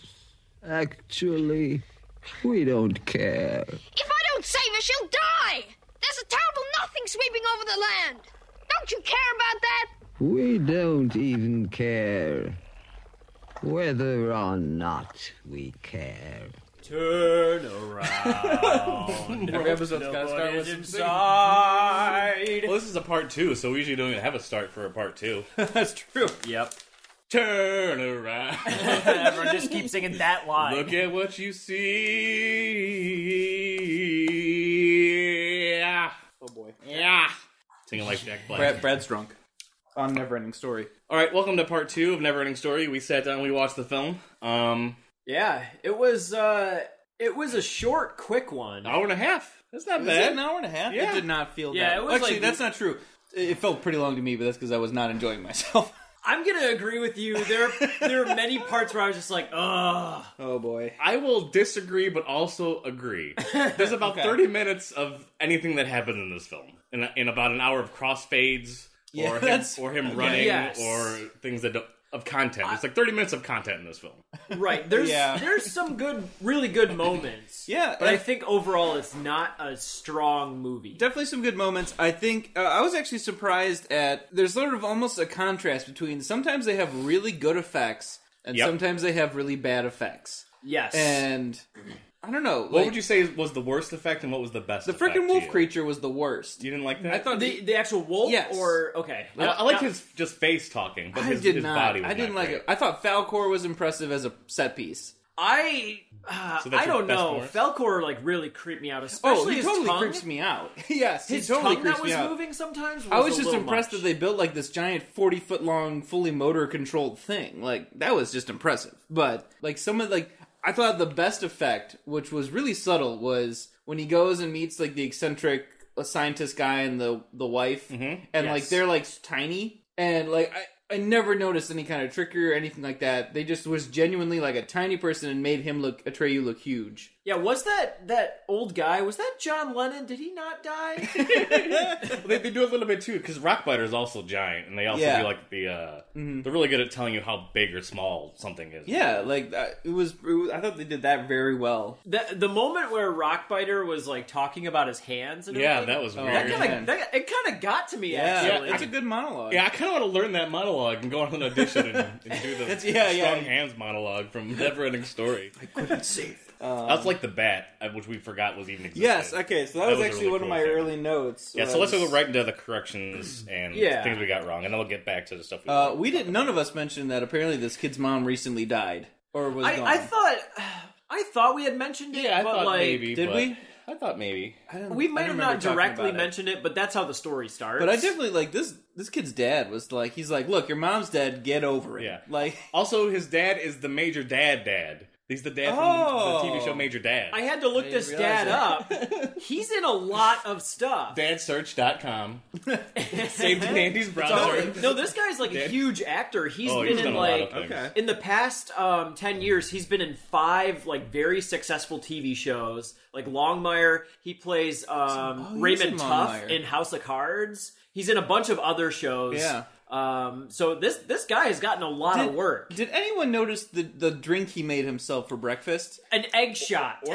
actually, we don't care. If I don't save her, she'll die. There's a terrible nothing sweeping over the land. Don't you care about that? We don't even care. Whether or not we care. Turn around. Every episode's gotta start with Nobody's some inside. Well, this is a part two, so we usually don't even have a start for a part two. That's true. Yep. Turn around, Everyone just keep singing that line. look at what you see. Yeah, Oh boy, yeah. Singing like Jack Black. Brad, Brad's drunk on Never Ending Story. All right, welcome to part two of Never Ending Story. We sat down, we watched the film. Um, Yeah, it was uh it was a short, quick one. Oh. hour and a half. That's not Is it bad. an hour and a half? Yeah. It did not feel Yeah, that. it was Actually, like- that's not true. It it felt pretty long to me, but that's because I was not enjoying myself. I'm gonna agree with you. There there are many parts where I was just like, ugh. oh boy. I will disagree, but also agree. There's about Okay. 30 minutes of anything that happens in this film, and in about an hour of crossfades, Yeah, or, him, that's- or him running, Yes. or things that don't, of content. It's like 30 minutes of content in this film. Right. There's Yeah. there's some good really good moments. Yeah, But I and- think overall it's not a strong movie. definitely some good moments. I think uh, I was actually surprised at there's sort of almost a contrast between sometimes they have really good effects and Yep. sometimes they have really bad effects. Yes. And I don't know. What would you say was the worst effect, and what was the best? The effect freaking to wolf you? creature was the worst. You didn't like that? I thought the the actual wolf Yes. or okay. I, I liked his just face talking, but I his, did his not. body. Was I didn't not like great. it. I thought Falcor was impressive as a set piece. I uh, So that's I your don't best know. worst? Falcor like really creeped me out, Oh, especially he his totally tongue. creeps me out. yes, His he totally tongue creeps that me was out. moving sometimes. Was I was a just little impressed much. that they built like this giant forty foot long, fully motor controlled thing. Like that was just impressive. But like some of like I thought the best effect, which was really subtle, was when he goes and meets like the eccentric uh, scientist guy and the the wife, and like Yes. they're like tiny and like I. I never noticed any kind of trickery or anything like that. They just was genuinely like a tiny person and made him look Atreyu look huge. Yeah, was that that old guy? Was that John Lennon? Did he not die? they, they do a little bit too because Rockbiter is also giant, and they also Yeah. Mm-hmm. do like the uh, they're really good at telling you how big or small something is. Yeah, like uh, it, was, it was. I thought they did that very well. the the moment where Rockbiter was like talking about his hands. And yeah, everything, that was Oh, weird. that yeah. kind of that, it kind of got to me Yeah, actually. it's a good monologue. Yeah, I kind of want to learn that monologue and go on an audition and, and do the That's- strong yeah, yeah. hands monologue from Never Ending Story. Um, That's like the bat, uh, which we forgot was even existed. yes. Okay, so that, That was, was a actually really one of cool my thing. early notes. Yeah, so let's was- go right into the corrections and Yeah. things we got wrong, and then we'll get back to the stuff. We Uh, learned. we didn't. None of us mentioned that. Apparently, this kid's mom recently died or was gone. I, I thought I thought we had mentioned it, yeah, I but thought like maybe. did but- we? I thought maybe. I don't- I we might don't have remember not talking directly about it. mentioned it. but that's how the story starts. But I definitely like this. This kid's dad was like, he's like, look, your mom's dead. Get over it. Yeah. Like, Also, his dad is the major dad. Dad. He's the dad from the, the TV Oh. show Major Dad. I had to look didn't this realize dad up. He's in a lot of stuff. Dadsearch.com. Saved in Andy's browser. No, no, this guy's like a Dad. huge actor. He's Oh, been he's in done a lot like of things. okay. in the past um, 10 years he's been in five like very successful tv shows like longmire he plays um, oh, he was in raymond tuff Longmire. in house of cards he's in a bunch of other shows Yeah. um, so this this guy has gotten a lot of Did- work Did anyone notice the the drink he made himself for breakfast? an egg shot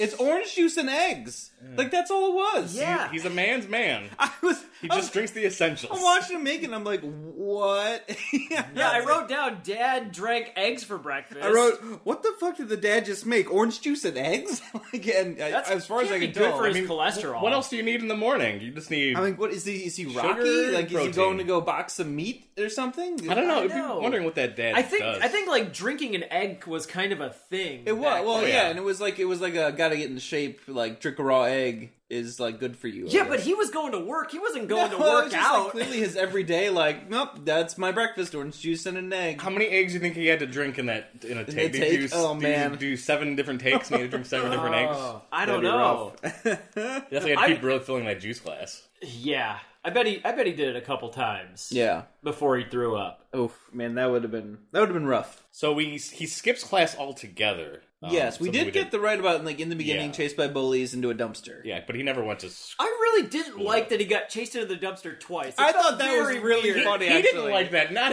It's orange juice and eggs. Mm. Like that's all it was. yeah He's a man's man. I was. He I just drinks the essentials. I'm watching him make it. and I'm like, what? yeah i wrote down dad drank eggs for breakfast I wrote, what the fuck did the dad just make? Orange juice and eggs? like, and I, That's- as far as I can't be can good tell, for I his mean, cholesterol What else do you need in the morning? You just need. I mean, what is he? Is he Sugar Rocky? and Like, is he protein. going to go box some meat or something? I don't know. I I'd be know. wondering what that dad I think does. I think like drinking an egg was kind of a thing. It was back well, then. yeah. yeah. and it was like it was like a gotta get in shape. Like drink a raw egg is like good for you. I Yeah, but guess. he was going to work. He wasn't going to No, it work was just, like, out. clearly, his everyday like, nope, that's my breakfast: orange juice and an egg. How many eggs do you think he had to drink in that in a take? the Did you take? do, Oh, did you man. Oh. do seven different takes and he had to drink seven different eggs. Oh, I don't That'd be know. That's why he had to I- keep really filling that juice glass. Yeah, I bet he. I bet he did it a couple times. Yeah. before he threw up. Oh man, that would have been that would have been rough. So we he skips class altogether. Um, yes, we something did get the right about like in the beginning, Yeah. chased by bullies into a dumpster. yeah, but he never went to. School. I really didn't like that he got chased into the dumpster twice. It I felt thought that was very really weird. funny. He didn't actually. like that. Not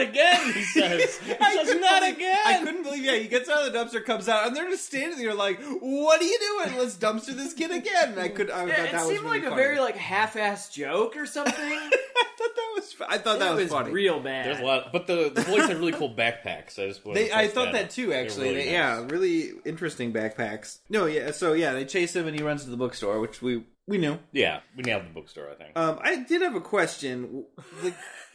again. He says. he I says couldn't not believe- again. I couldn't believe. Yeah, he gets out of the dumpster, comes out, and they're just standing there like, "What are you doing? Let's dumpster this kid again." And I could. I Yeah, thought it that was seemed really like a funny. very like half-assed joke or something. I thought that was. fu- I thought that, it was, was funny. real bad. There's a lot, but the the boys have really cool backpacks. I just wanted They, to I point thought that out. too, They're actually. really They- nice. Yeah, really interesting backpacks. No, yeah. So yeah, they chase him, and he runs to the bookstore, which we we knew. yeah. We nailed the bookstore. I think. Um, I did have a question. The,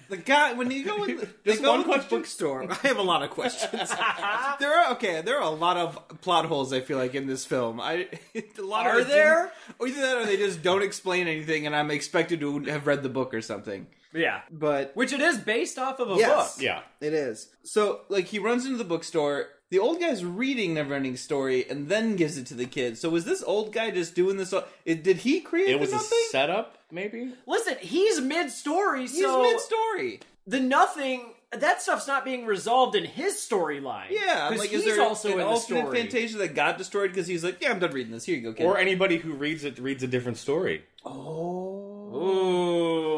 the guy when you go in, the- they Just go one in the question? bookstore. I have a lot of questions. there are okay. There are a lot of plot holes. I feel like in this film, I a lot Are of it there? didn't- Or either that, or they just don't explain anything, and I'm expected to have read the book or something. yeah, But which it is based off of a Yes. book. yeah. it is. So, like, he runs into the bookstore. The old guy's reading Neverending Story and then gives it to the kid. So, was this old guy just doing this? all- It, did he create It was the a nothing? setup, maybe. Listen, he's mid-story, He's so mid story. the nothing that stuff's not being resolved in his storyline. Yeah, because like, he's is there also an in the alternate story. Fantasia that got destroyed because he's like, yeah, I'm done reading this. Here you go, kid. Or anybody who reads it reads a different story. oh,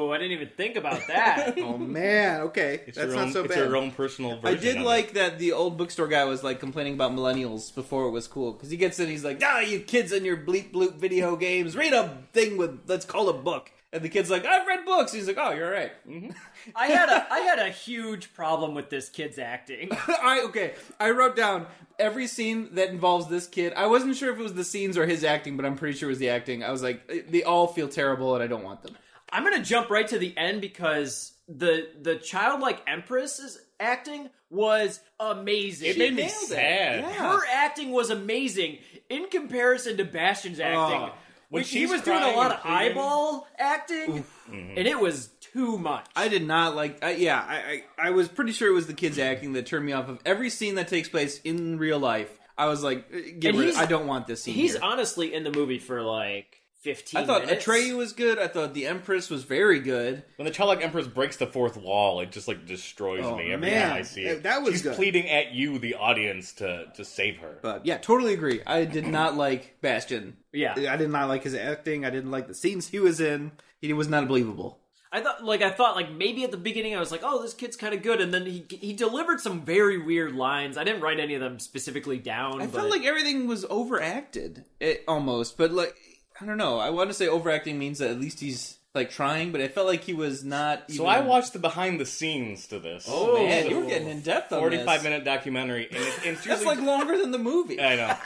Ooh, I didn't even think about that. oh man, okay, It's that's your own, not so it's bad. your own personal I version. did of it. like that the old bookstore guy was like complaining about millennials before it was cool because he gets in, he's like, ah, you kids and your bleep bloop video games, read a thing with let's call a book, and the kid's like, I've read books. He's like, oh, you're right. I had a I had a huge problem with this kid's acting. I okay. I wrote down every scene that involves this kid. I wasn't sure if it was the scenes or his acting, but I'm pretty sure it was the acting. I was like, they all feel terrible, and I don't want them. I'm gonna jump right to the end because the the childlike empress's acting was amazing. It made me nailed it. sad. Yeah. her acting was amazing in comparison to Bastion's acting. Oh. When Like, he she's was doing a crying lot and of pleading. eyeball acting, and it was too much. I did not like. I, yeah, I, I I was pretty sure it was the kids acting that turned me off of every scene that takes place in real life. I was like, eh, get And rid. he's- I don't want this scene. He's here. honestly in the movie for like fifteen. I thought minutes. Atreyu was good. I thought the Empress was very good. When the Childlike Empress breaks the fourth wall, it just like destroys Oh, me every man. time I see it. That was She's good. pleading at you, the audience, to to save her. But yeah, totally agree. I did not like Bastion. Yeah, I did not like his acting. I didn't like the scenes he was in. He was not believable. I thought like I thought like maybe at the beginning I was like, oh, this kid's kind of good, and then he he delivered some very weird lines. I didn't write any of them specifically down. I but felt like everything was overacted, it, almost. But like, I don't know. I want to say overacting means that at least he's like trying. But I felt like he was not. Even, So I watched the behind the scenes to this. Oh, Man, you were getting in depth on this. forty-five minute documentary, and it's, it's That's usually like longer than the movie. I know.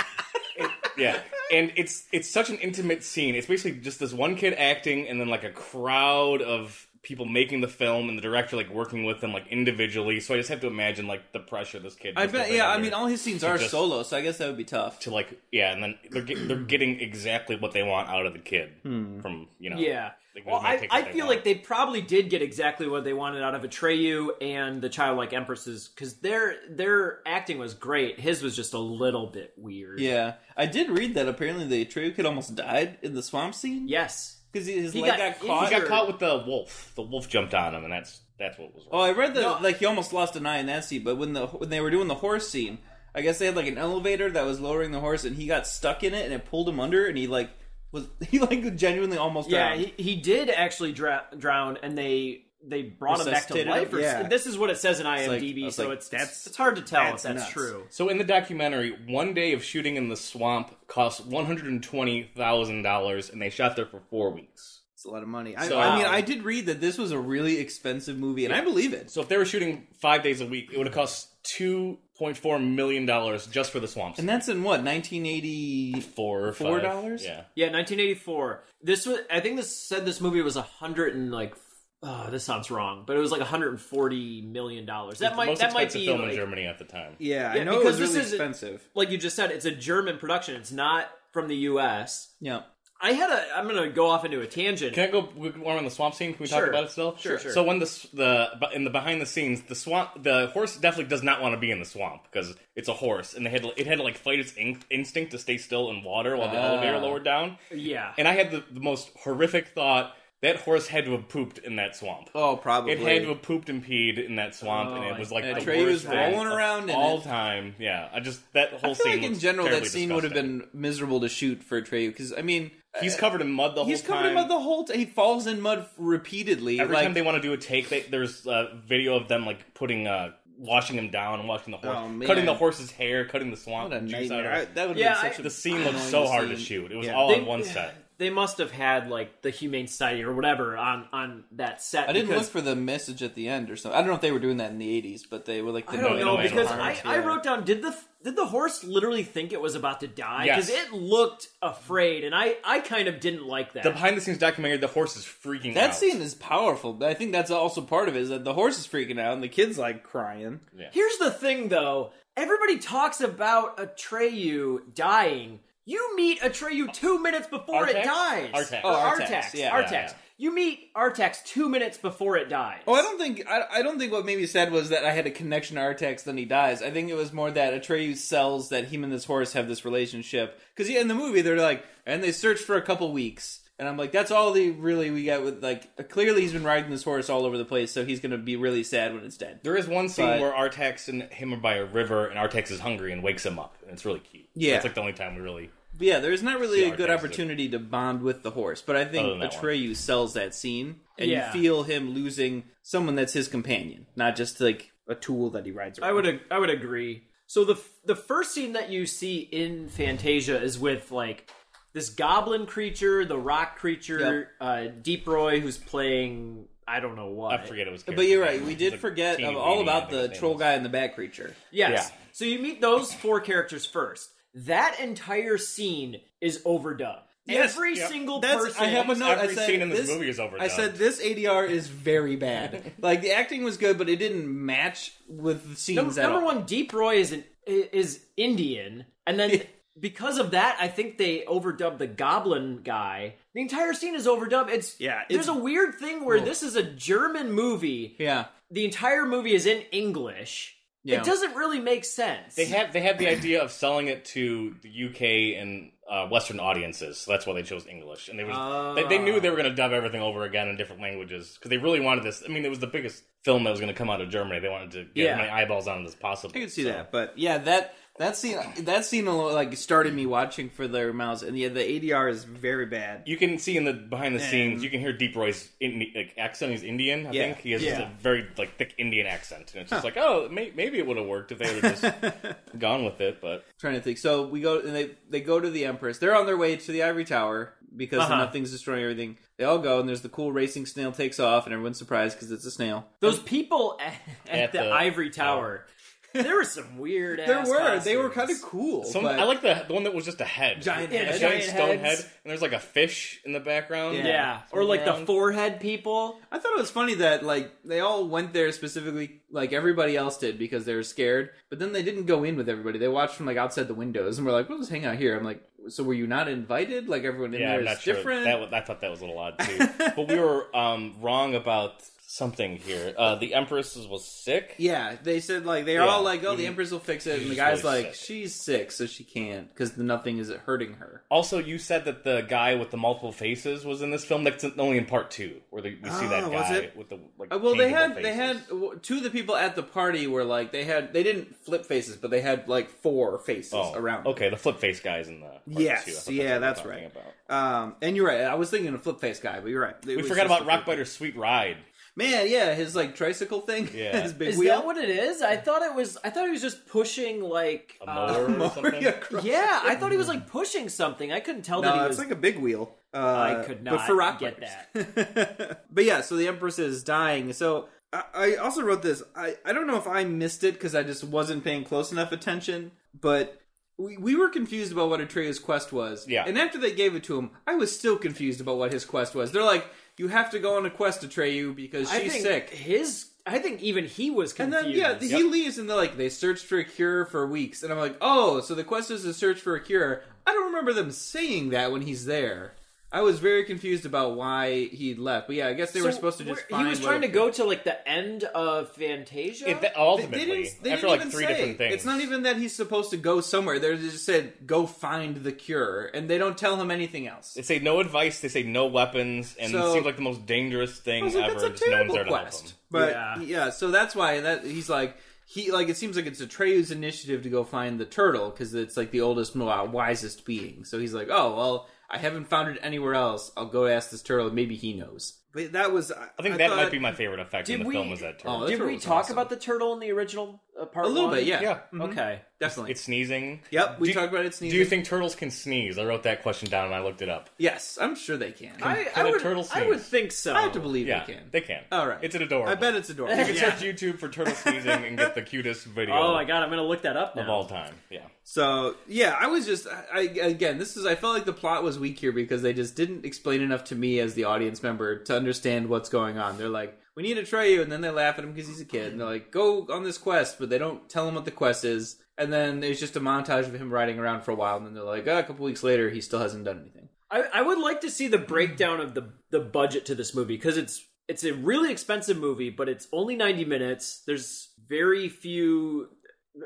It- yeah, and it's it's such an intimate scene. It's basically just this one kid acting, and then like a crowd of people making the film, and the director like working with them like individually. So I just have to imagine like the pressure this kid. I must have bet. been Yeah, I under mean, all his scenes are just- solo, so I guess that would be tough. to like yeah, and then they're get, they're getting exactly what they want out of the kid from you know yeah. Like, Well, those might I, take what I they feel want. like they probably did get exactly what they wanted out of Atreyu and the childlike empresses because their their acting was great. His was just a little bit weird. Yeah, I did read that apparently the Atreyu kid almost died in the swamp scene. Yes. because his He leg got got, injured. caught. he got Sure. caught with the wolf. The wolf jumped on him, and that's that's what was Oh, wrong. I read that No. like he almost lost an eye in that scene. But when the when they were doing the horse scene, I guess they had like an elevator that was lowering the horse, and he got stuck in it, and it pulled him under, and he like was he like genuinely almost Yeah, drowned. he, he did actually dra- drown, and they they brought him back to Resuscitated life. him? Or, Yeah. This is what it says in like- IMDb, it's so like, it's that's- it's hard to tell that's if that's nuts. true. So in the documentary, one day of shooting in the swamp cost one hundred and twenty thousand dollars, and they shot there for four weeks. It's a lot of money. I, So- I I mean, mean, I did read that this was a really expensive movie, and I believe it. So if they were shooting five days a week, it would have cost two point four million dollars just for the swamps. And that's in what 1980. four or Four five. dollars? Yeah. Yeah, 1984. This was I think this said this movie was a hundred and like oh, this sounds wrong, but it was like 140 million dollars. That The might most that might expensive be film in like, Germany at the time. yeah, I Yeah, know it because was this really is- expensive. like you just said, it's a German production. It's not from the U.S. Yeah. I had a I'm gonna go off into a tangent. Can I go we can- we're on the swamp scene? Can we Sure. talk about it still? Sure, sure. So when the s- the but in the behind the scenes, the swamp the horse definitely does not want to be in the swamp because it's a horse, and they had to- it had to like fight its in- instinct to stay still in water while the Ah. elevator lowered down. yeah, And I had the, the most horrific thought that horse had to have pooped in that swamp. Oh, probably. It had to have pooped and peed in that swamp, and it was like Oh, and the Atreyu worst was thing rolling of around in all it. time. Yeah, I just that whole I feel scene. like in looks general that terribly scene would have disgusting. been miserable to shoot for Atreyu because I mean uh, He's covered in mud the he's whole time. covered in mud the whole time. He falls in mud repeatedly. Every like, time they want to do a take, they, there's a video of them like putting, uh, washing him down and washing the horse, Oh, man. cutting the horse's hair, cutting the swamp What a juice out nightmare! of I- it. that would have Yeah, been I- such a The scene looks annoying so hard to scene. shoot. It was Yeah. all They- on one set. they must have had like the Humane Society or whatever on on that set. I didn't because look for the message at the end or something. I don't know if they were doing that in the '80s, but they were like. The I don't No know Animal because I, Farms, I yeah. wrote down did the did the horse literally think it was about to die because Yes. it looked afraid and I I kind of didn't like that. The behind the scenes documentary, the horse is freaking out. That scene is powerful, but I think that's also part of it is that the horse is freaking out and the kid's like crying. Here's the thing though, everybody talks about Atreyu dying. You meet Atreyu two minutes before it Artax? dies. Artax. Oh, Oh, Artax. Artax, Artax. yeah. Yeah, yeah. You meet Artax two minutes before it dies. Oh, I don't think I, I don't think what made me sad was that I had a connection to Artax. Then he dies. I think it was more that Atreyu sells that him and this horse have this relationship because yeah, in the movie they're like, and they searched for a couple weeks, and I'm like, that's all they really we got with like clearly he's been riding this horse all over the place, so he's gonna be really sad when it's dead. There is one scene But- where Artax and him are by a river, and Artax is hungry and wakes him up, and it's really cute. Yeah. it's like the only time we really. But yeah, there's not really See a good Artax, too. opportunity to bond with the horse, but I think Other than that one. Atreyu sells that scene, and Yeah. you feel him losing someone that's his companion, not just like A tool that he rides around. I would ag- I would agree. So the f- the first scene that you see in Fantasia is with like this goblin creature, the rock creature, uh, Deep Roy, who's playing I don't know what. I forget it was. But you're right. character. We It did was a forget teeny of all weeny, about I think the his name troll was. guy and the bat creature. Yes. Yeah. So you meet those four characters first. That entire scene is overdubbed. Yes, Every yep. single That's- person. I have a note. Every I said scene in this, this- movie is overdone. I said this ADR is very bad. like the acting was good, but it didn't match with the scenes. Num- at number all. one, Deep Roy is an, i- is Indian, and then because of that, I think they overdubbed the Goblin guy. The entire scene is overdubbed. It's Yeah, There's it's- a weird thing Oh. where this is a German movie. yeah, The entire movie is in English. yeah. It doesn't really make sense. They had they had the idea of selling it to the UK and uh, Western audiences, so that's why they chose English. And they was they, they knew they were going to dub everything over again in different languages because they really wanted this. I mean, it was the biggest film that was going to come out of Germany. They wanted to get Yeah. as many eyeballs on it as possible. I could see So- that, but yeah, that that scene that scene alone, like started me watching for their mouths, and yeah, the ADR is very bad. You can see in the behind the scenes, And- you can hear Deep Roy's Indi- like accent. He's Indian, I Yeah. think. He has Yeah. a very like thick Indian accent, and it's just like, oh, may- maybe it would have worked if they would have just gone with it. But trying to think. So we go and they they go to the Empress. They're on their way to the Ivory Tower because Uh-huh. nothing's destroying everything. They all go, and there's the cool racing snail takes off, and everyone's surprised because it's a snail. Those people at, at, At the, the- ivory tower. there were some weird. There ass were they were kind costumes. of cool. some, but I like the, the one that was just a head, Giant a head. giant, Giant stone heads. head, and there's like a fish in the background. Yeah. Yeah, or like the around. forehead people. I thought it was funny that like they all went there specifically, like everybody else did, because they were scared. But then they didn't go in with everybody. They watched from like outside the windows, and were like, "We'll just hang out here." I'm like, "So were you not invited? Like everyone in Yeah, there I'm is not sure. different." That wa- I thought that was a little odd too. but we were um, wrong about something here. Uh, the Empress was sick. yeah, they said like they're Yeah. all like, "Oh, the Mhm. Empress will fix it," and the She's guy's really like, sick. "She's sick, so she can't," because nothing is hurting her. Also, you said that the guy with the multiple faces was in this film. That's only in part two, where they, we see Ah, was that guy it? with the like. Uh, well, they had changeable they faces. had w- two of the people at the party were like they had they didn't flip faces, but they had like four faces Oh, around. them. Okay, the flip face guys in the part Yes, two. I thought yeah, what we're that's talking right. about. Um, and you're right. I was thinking a flip face guy, but you're right. It We was forgot just about a flip- Rockbiter's Sweet Ride. Man, yeah, his like tricycle thing. Yeah. his big Is wheel. that what it is? I thought it was. I thought he was just pushing like. A uh, mower or something. Yeah, cr- yeah, I thought he was like pushing something. I couldn't tell that no, he it's was. like a big wheel. Uh, I could but for not rock get that. but yeah, so the Empress is dying. So I, I also wrote this. I, I don't know if I missed it because I just wasn't paying close enough attention, but. We, we were confused about what Atreus' quest was. Yeah. And after they gave it to him, I was still confused about what his quest was. They're like, you have to go on a quest, Atreyu, because I she's think sick. His. I think even he was And confused. then yeah, the, he leaves and they're like they searched for a cure for weeks, and I'm like, oh, so the quest is to search for a cure. I don't remember them saying that when he's there. I was very confused about why he left, but yeah, I guess they were So supposed to just. where- Find he was what trying a- to go to like the end of Fantasia. If that- They, they ultimately, didn't. They after didn't like even three say. different things, It's not even that he's supposed to go somewhere. They just said go find the cure, and they don't tell him anything else. They say no advice. They say no weapons, and So- it seems like the most dangerous I thing was like, ever. that's a just no one's terrible there to help quest. them. But yeah. Yeah. so that's why that he's like he like it seems like it's Atreyu's initiative to go find the turtle because it's like the oldest, mo- uh, wisest being. So he's like, oh well, I haven't found it anywhere else. I'll go ask this turtle. Maybe he knows. But that was I, I think that might be my favorite effect in Did the we- film was that Oh, turtle. that Did turtle we was talk awesome. about the turtle in the original uh, part? a little one? bit, yeah, Yeah. Mhm. Okay. definitely. It's sneezing. Yep, we Do- talked about it Do you sneezing. think turtles can sneeze? I wrote that question down and I looked it up. yes, I'm sure they can. I, I, can I a would. turtle I would sneeze? think so. have to believe yeah, they can. All All right, it's an adorable. I bet it's adorable. You can search YouTube for turtle sneezing and get the cutest video Oh my god! I'm gonna look that up now. of all time. Yeah, So yeah, I was just I, I again. This is I felt like the plot was weak here because they just didn't explain enough to me as the audience member to understand what's going on. They're like, "We need to try you," and then they laugh at him because he's a kid, and they're like, "Go on this quest," but they don't tell him what the quest is. And then there's just a montage of him riding around for a while, and then they're like, oh, "A couple weeks later, he still hasn't done anything." I, I would like to see the breakdown of the the budget to this movie because it's it's a really expensive movie, but it's only ninety minutes. There's very few.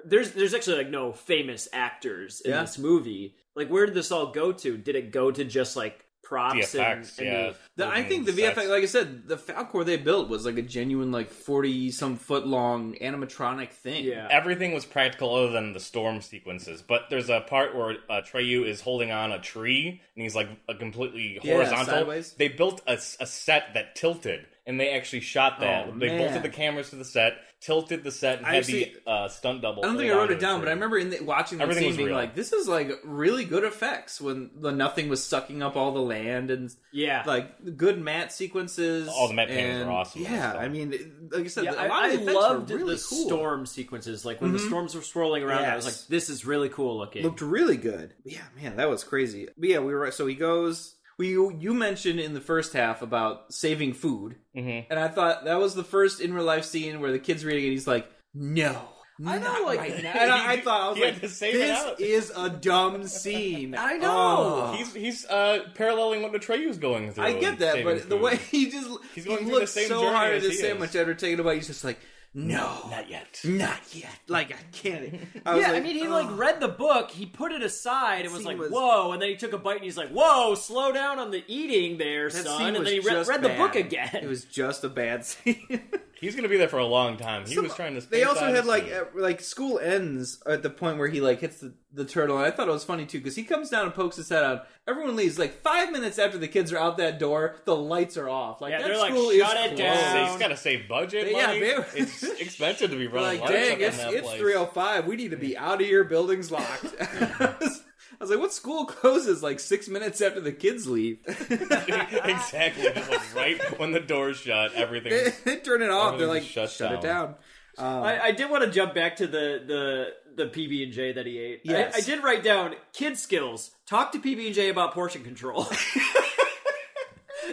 There's there's actually like no famous actors in Yeah. this movie. Like, where did this all go to? Did it go to just like the props and, effects. and yeah, The, I think the VFX, like I said, the Falcor they built was like a genuine, like forty some foot long animatronic thing. the, yeah? everything was practical other than the storm sequences. But there's a part where uh, Treyu is holding on a tree and he's like a completely Yeah, horizontal. sideways. They built a, s- a set that tilted. And they actually shot that. Oh, they man. bolted the cameras to the set, tilted the set, and I had actually- the uh, stunt double. I don't think laid I wrote onto it the down, but I tree. remember in the, watching the Everything scene was being real. like, "This is like really good effects when the nothing was sucking up all the land and yeah. like good matte sequences. All the matte paintings and- were awesome. Yeah, So- I mean, like I said, Yeah, a lot I, I of the effects loved were really the cool. Mm-hmm. storm sequences. Like when the storms were swirling around, I was Yes. like, "This is really cool looking." Looked really good. Yeah, man, that was crazy. But yeah, we were so he goes. We you, you mentioned in the first half about saving food, Mhm. and I thought that was the first in real life scene where the kid's reading it. He's like, "No." I know, not like- right now." And I, I thought I was He had like, to save it "This out. is a dumb scene." I know. Oh. He's he's uh, paralleling what Atreyu's going through. I get and that, saving but the food. way he just He's he going through the looks same so journey hard at as this he sandwich is. after taking a bite, he's just like, no, Not yet. not yet. Like I can't. I was yeah, I like, mean, he "Ugh." like read the book, he put it aside, and was scene like, was- "Whoa!" And then he took a bite, and he's like, "Whoa, slow down on the eating, there, That son." scene And then was he re- just read the bad. book again. It was just a bad scene. He's gonna be there for a long time. He Some- was trying to. They space also out had his like scene. uh, like school ends at the point where he like hits the, the turtle, and I thought it was funny too because he comes down and pokes his head out. Everyone leaves like five minutes after the kids are out that door. The lights are off. Like Yeah, that they're like, school "Shut is it closed." down. He's got to save budget Yeah, money. they- it's expensive to be We're running like, lights up dang, in it's that it's place. three oh five. We need to be out of here. Building's locked. I was- I was like, what school closes like six minutes after the kids leave? exactly. Just like right when the door's shut, they, everything. they turn it off. They're Everything like, just shut, shuts it down. Um, I, I did want to jump back to the the the PB and J that he ate. I- Yes. I, did write down kid skills. Talk to PB and J about portion control.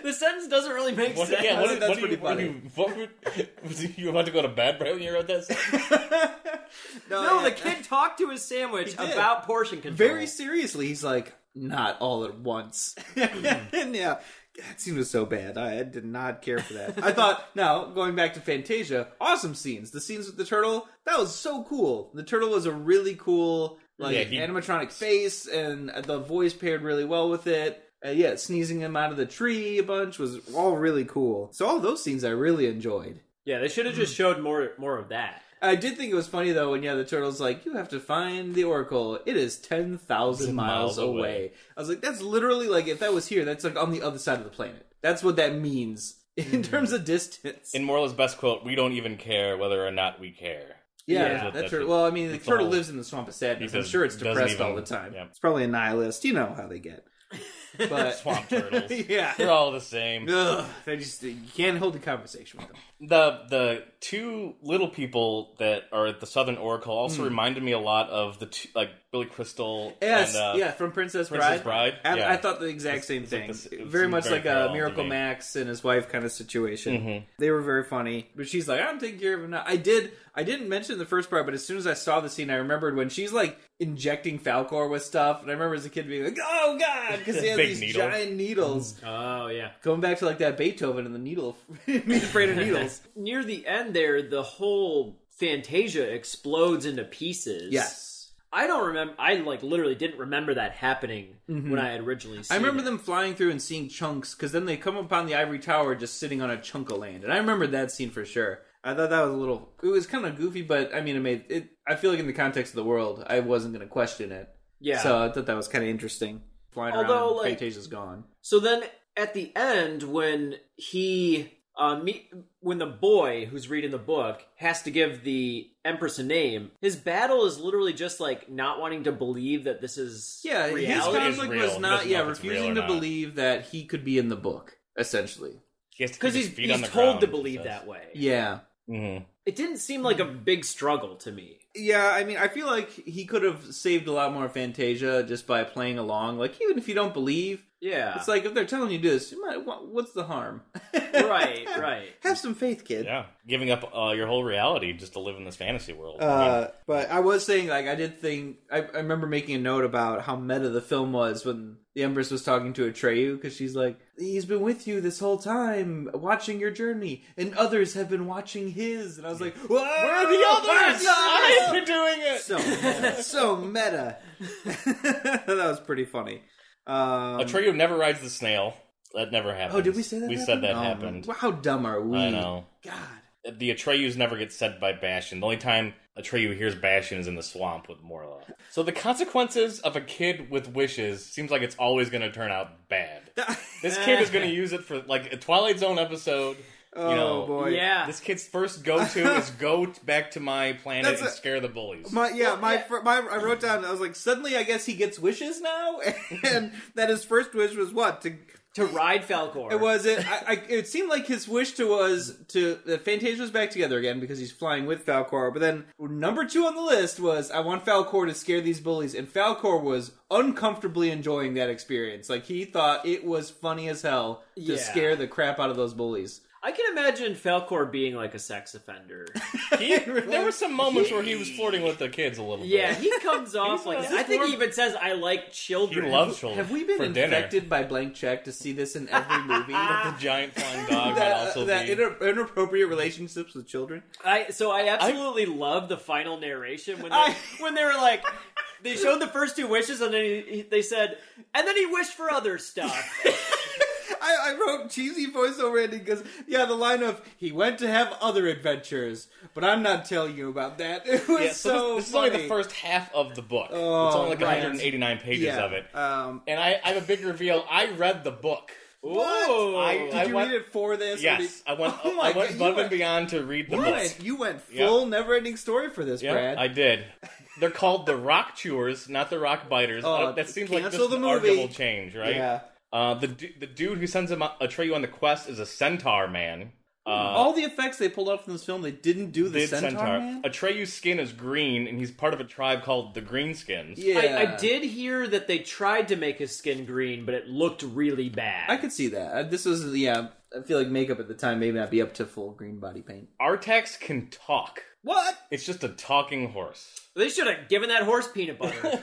the sentence doesn't really make What, sense. yeah, I what, think what, that's do you, pretty what do you, what would, was you about to go to bed right when you wrote that? sentence? no, yeah. the kid talked to his sandwich did. about portion control. very seriously, he's like, not all at once. Mm-hmm. and yeah, that scene was so bad. I, I did not care for that. I thought, now, going back to Fantasia, awesome scenes. The scenes with the turtle, that was so cool. The turtle was a really cool, like, Yeah, he- animatronic face, and the voice paired really well with it. Uh, yeah, sneezing him out of the tree a bunch was all really cool. So all those scenes I really enjoyed. yeah, they should have Hmm. just showed more more of that. I did think it was funny though when yeah the turtle's like you have to find the oracle it is 10,000 miles, miles away. away. I was like that's literally like if that was here that's like on the other side of the planet. That's what that means in terms of distance. Hmm. In Morla's best quote, we don't even care whether or not we care. yeah, yeah, that that's turtle it. well I mean the That's the turtle whole- lives in the swamp of sadness. I'm doesn't- sure it's doesn't depressed even- all the time. yeah. It's probably a nihilist, you know how they get. But Swamp turtles. yeah. They're all the same. Ugh, they just you can't hold a conversation with them. The the two little people that are at the Southern Oracle also reminded me a lot of the two, like Billy Crystal Yes, and uh, yeah, from Princess Bride. Princess Bride, I, yeah. I thought the exact same like thing. this- it very seemed much very like a parallel to Miracle me. Mm-hmm. Max and his wife kind of situation. They were very funny, but she's like, "I'm taking care of him now." I did. I didn't mention the first part, but as soon as I saw the scene, I remembered when she's like injecting Falcor with stuff, and I remember as a kid being like, "Oh God," because he has Big these needle. Mm-hmm. giant needles. Oh yeah. Going back to like that Beethoven and the needle, being afraid of needles. Near the end there, the whole Fantasia explodes into pieces. Yes. I don't remember. I like literally didn't remember that happening when I had originally. seen Mm-hmm. I remember it. them flying through and seeing chunks because then they come upon the ivory tower just sitting on a chunk of land, and I remember that scene for sure. I thought that was a little. It was kind of goofy, but I mean, it made it. I feel like in the context of the world, I wasn't going to question it. Yeah. So I thought that was kind of interesting. Flying Although, around, like- Fantasia's gone. So then at the end, when he uh, meet, when the boy who's reading the book has to give the Empress a name, his battle is literally just like not wanting to believe that this is Yeah, his reality. is conflict was real. not. Doesn't Yeah, know if it's real refusing or to not. believe that he could be in the book. Essentially, because he's, he's told to believe that way. yeah, Mm-hmm. It didn't seem like a big struggle to me. yeah. I mean, I feel like he could have saved a lot more Fantasia just by playing along. Like, even if you don't believe, Yeah, It's like if they're telling you this, you might, what, what's the harm? right, right. Have some faith, kid. Yeah, giving up uh, your whole reality just to live in this fantasy world. I mean, Uh, but I was saying, like, I did think I, I remember making a note about how meta the film was when the Empress was talking to Atreyu because she's like, "He's been with you this whole time, watching your journey, and others have been watching his." And I was like, "Whoa, Where are the others? others?" Why are you doing it? So, meta. so meta. that was pretty funny. Um, A trio never rides the snail. That never happened. oh, did we say that? We happened? said that Oh, happened. How dumb are we? I know. God. The Atreyus never get said by Bastion. The only time Atreyu hears Bastion is in the swamp with Morla. So the consequences of a kid with wishes seems like it's always going to turn out bad. This kid is going to use it for like a Twilight Zone episode. Oh you know, boy. Yeah, This kid's first go to is go t- back to my planet That's and a- scare the bullies. My yeah, my, fr- my I wrote down. I was like, suddenly, I guess he gets wishes now, and that his first wish was what to. to ride Falcor. It was it. I, I, it seemed like his wish to was to that Fantasia's back together again because he's flying with Falcor. But then number two on the list was I want Falcor to scare these bullies, and Falcor was uncomfortably enjoying that experience. Like he thought it was funny as hell to Yeah. scare the crap out of those bullies. I can imagine Falcor being like a sex offender. He, there were some moments where he was flirting with the kids a little yeah, bit. he comes off like Is that. this I think he more- even says, "I like He children." loves children. Have we been for infected by blank check to see this in every movie? dinner. The giant flying dog might that also that be. inter- inappropriate relationships with children. I so I absolutely love the final narration when they, I- when they were like they showed the first two wishes and then he, he- they said and then he wished for other stuff. I, I wrote cheesy voiceover ending because yeah, the line of he went to have other adventures, but I'm not telling you about that. It was yeah, so this, this is only the funny. first half of the book. it's Oh, only like right. 189 pages yeah. of it. Um, And I, I have a big reveal. I read the book. Whoa! I- did I you went- read it for this? Or did- Yes, I went. Oh my I went God, you above went- and beyond to read the You book. went, you went Yeah. full never-ending story for this, Yeah, Brad. I did. They're called the rock chewers, not the rock biters. Oh, Uh, that seems like just cancel an the movie. arguable change, right? Yeah. Uh, the du- the dude who sends him a Atreyu on the quest is a centaur man. Uh, All the effects they pulled out from this film, they didn't do Oh, the did centaur, centaur. man. Atreyu's skin is green, and he's part of a tribe called the Greenskins. Yeah, I, I did hear that they tried to make his skin green, but it looked really bad. I could see that. Uh, This was yeah. I feel like makeup at the time may not be up to full green body paint. Artax can talk. What? It's just a talking horse. They should have given that horse peanut butter.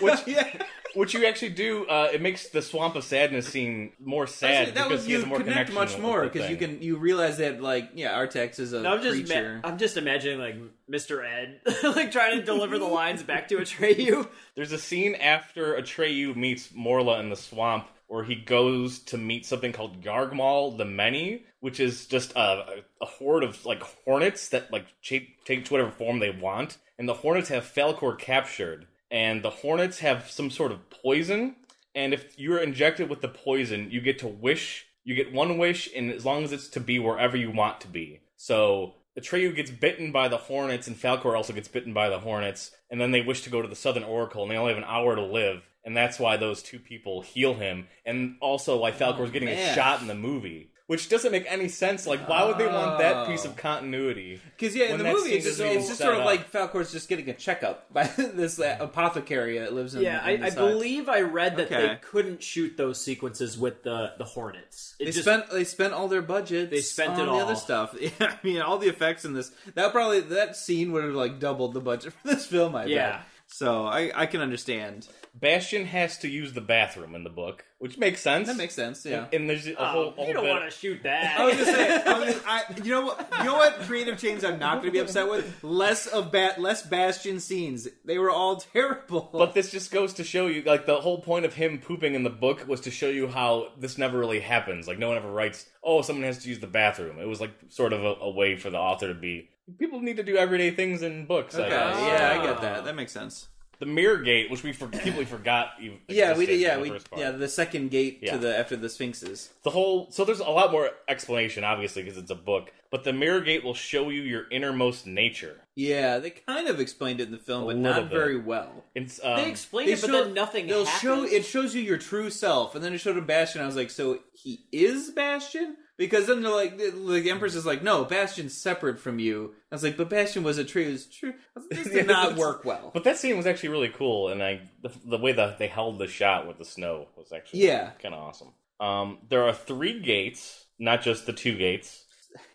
Which yeah. Which you actually do. Uh, it makes the Swamp of Sadness seem more sad. Actually, that because was he has you more connect connection much with more the because you thing. can you realize that like yeah, Artex is a No, I'm just creature. ma- I'm just imagining like Mr. Ed like trying to deliver the lines back to Atreyu. There's a scene after Atreyu meets Morla in the swamp where he goes to meet something called Gargmal the Many, which is just a, a horde of like hornets that like shape, take whatever form they want. And the hornets have Falcor captured, and the hornets have some sort of poison. And if you're injected with the poison, you get to wish. You get one wish, and as long as it's to be wherever you want to be. So Atreyu gets bitten by the Hornets, and Falcor also gets bitten by the Hornets, and then they wish to go to the Southern Oracle, and they only have an hour to live, and that's why those two people heal him, and also why Falcor's getting a Oh, man. shot in the movie. Which doesn't make any sense. Like, why would they want that piece Oh. of continuity? Because yeah, in when the that movie it's scene is just, being it's just set sort of up. like Falcor's just getting a checkup by this uh, apothecary that lives in. Yeah, I, in the I side. believe I read that they Okay. couldn't shoot those sequences with the the hornets. It They just- spent they spent all their budget. They spent on it the all. other stuff. Yeah, I mean, all the effects in this that probably that scene would have like doubled the budget for this film. I Yeah. bet. So I I can understand. Bastion has to use the bathroom in the book, which makes sense. That makes sense. Yeah. Oh, And there's a whole, whole Oh, you don't bit- want to shoot that. I was gonna say, I was I, you know what? You know what? Creative change. I'm not gonna be upset with less of bat, less Bastion scenes. They were all terrible. But this just goes to show you, like, the whole point of him pooping in the book was to show you how this never really happens. Like, no one ever writes, oh, someone has to use the bathroom. It was, like, sort of a, a way for the author to be. People need to do everyday things in books, I okay, guess. yeah, I get that. That makes sense. The mirror gate, which we for- completely forgot. even Yeah, we existed did. in Yeah, the we first part. yeah the second gate Yeah. to the after the Sphinxes. the whole so there's a lot more explanation obviously because it's a book but the mirror gate will show you your innermost nature Yeah, they kind of explained it in the film, but little not bit. very well. it's um, they explained it, but then nothing they'll happens. show it shows you your true self, and then it showed a Bastion. I was like, so he is Bastion. Because then they're like, the, the Empress is like, no, Bastion's separate from you. I was like, but Bastion was a true. Was true. I was like, this Yeah, did not that's- work well. But that scene was actually really cool, and I the, the way that they held the shot with the snow was actually Yeah. kind of awesome. Um, there are three gates, not just the two gates.